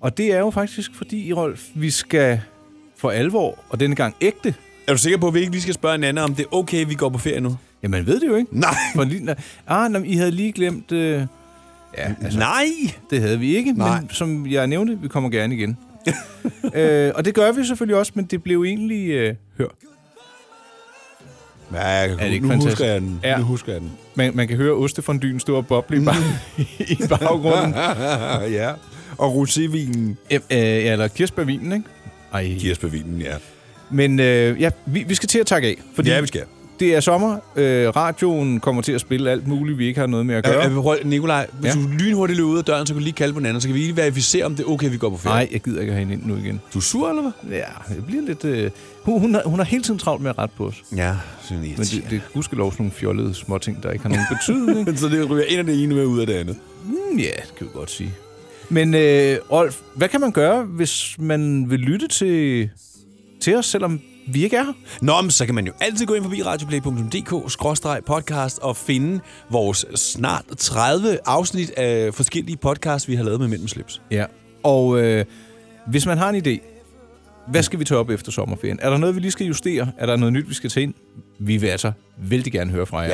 Og det er jo faktisk fordi, Rolf, vi skal for alvor, og denne gang ægte. Er du sikker på, at vi ikke lige skal spørge hinanden, om det er okay, vi går på ferie nu? Ja, man ved det jo ikke. Nej. For lige, ah, nå, I havde lige glemt... Øh, ja, altså, Nej! Det havde vi ikke, Nej. men som jeg nævnte, vi kommer gerne igen. øh, og det gør vi selvfølgelig også, men det blev egentlig... Øh, hør. Ja, jeg kan Er det ikke nu fantastisk? husker jeg den. Ja. Nu husker jeg den. Man, man kan høre ostefondyen stå og boble i, bag, i baggrunden. ja. Og rosévinen. Ja, øh, ja, eller kirsebærvinen, ikke? Ej. Kirsbærvinen, ja. Men øh, ja, vi, vi skal til at takke af. Fordi Ja, vi skal. Det er sommer. Øh, radioen kommer til at spille alt muligt, vi ikke har noget med at gøre. Ja. Prøv, Nikolaj, hvis Ja. du lynhurtigt løber ud af døren, så kan du lige kalde på Nana, så kan vi lige verificere, om det er okay, vi går på ferie. Nej, jeg gider ikke have hende ind nu igen. Du er sur, eller hvad? Ja, jeg bliver lidt... Øh, hun, hun, har, hun har hele tiden travlt med at rette på os. Ja, sådan Men det, det er gudskelov sådan nogle fjollede småting, der ikke har nogen betydning. Men så det ryger ind af det ene med ud af det andet. Mm, ja, det kan vi godt sige. Men øh, Rolf, hvad kan man gøre, hvis man vil lytte til, til os, selvom vi ikke er her? Nå, men så kan man jo altid gå ind forbi radioplay.dk-podcast og finde vores snart 30 afsnit af forskellige podcasts, vi har lavet med Mænd med slips. Ja. Og øh, hvis man har en idé, hvad skal vi tage op efter sommerferien? Er der noget, vi lige skal justere? Er der noget nyt, vi skal tage ind? Vi vil altså vældig gerne høre fra jer.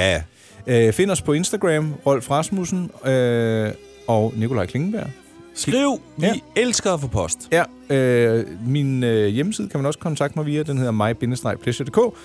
Ja. Øh, find os på Instagram, Rolf Rasmussen øh, og Nikolaj Klingenberg. Skriv, vi Ja. elsker at få post. Ja, øh, min øh, hjemmeside kan man også kontakte mig via. Den hedder mig-pleasure.dk.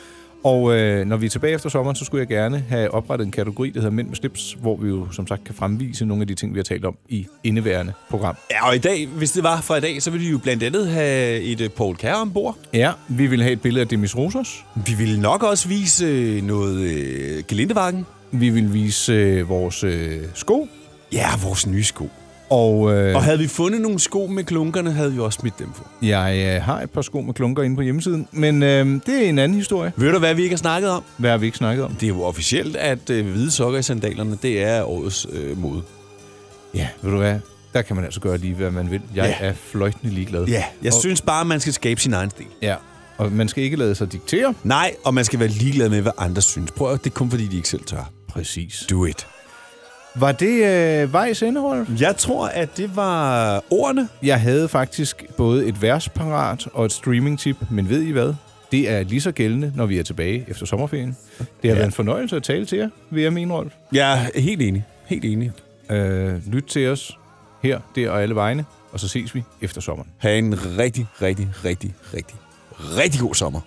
Og øh, når vi er tilbage efter sommeren, så skulle jeg gerne have oprettet en kategori, der hedder Mænd med slips, hvor vi jo som sagt kan fremvise nogle af de ting, vi har talt om i indeværende program. Ja, og i dag, hvis det var fra i dag, så ville vi jo blandt andet have et øh, Paul Kær ombord. Ja, vi vil have et billede af Demis Rosos. Vi ville nok også vise øh, noget øh, gelindevakken. Vi vil vise øh, vores øh, sko. Ja, vores nye sko. Og øh, Og havde vi fundet nogle sko med klunkerne, havde vi også smidt dem på. jeg øh, har et par sko med klunker inde på hjemmesiden. Men øh, det er en anden historie. Ved du, hvad vi ikke har snakket om? Hvad har vi ikke snakket om? Det er jo officielt, at øh, hvide sokker i sandalerne, det er årets øh, mode. Ja, ved du hvad? Der kan man altså gøre lige, hvad man vil. Jeg Ja. er fløjtende ligeglad. Ja, jeg og... og, synes bare, man skal skabe sin egen stil. Ja, og man skal ikke lade sig diktere. Nej, og man skal være ligeglad med, hvad andre synes. Prøv at det er kun fordi, de ikke selv tør. Præcis. Do it. Var det øh, vejs indhold? Jeg tror, at det var ordene. Jeg havde faktisk både et vers parat og et streaming-tip, men ved I hvad? Det er lige så gældende, når vi er tilbage efter sommerferien. Det har ja. været en fornøjelse at tale til jer, vil jeg mene, Rolf. Jeg er helt enig. Helt enig. Øh, lyt til os her, der og alle vegne, og så ses vi efter sommeren. Ha' en rigtig, rigtig, rigtig, rigtig, rigtig god sommer.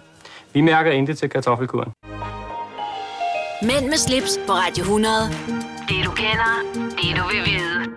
Vi mærker intet til kartoffelkuren. Mænd med slips på Radio 100. Det du kender, det du vil vide.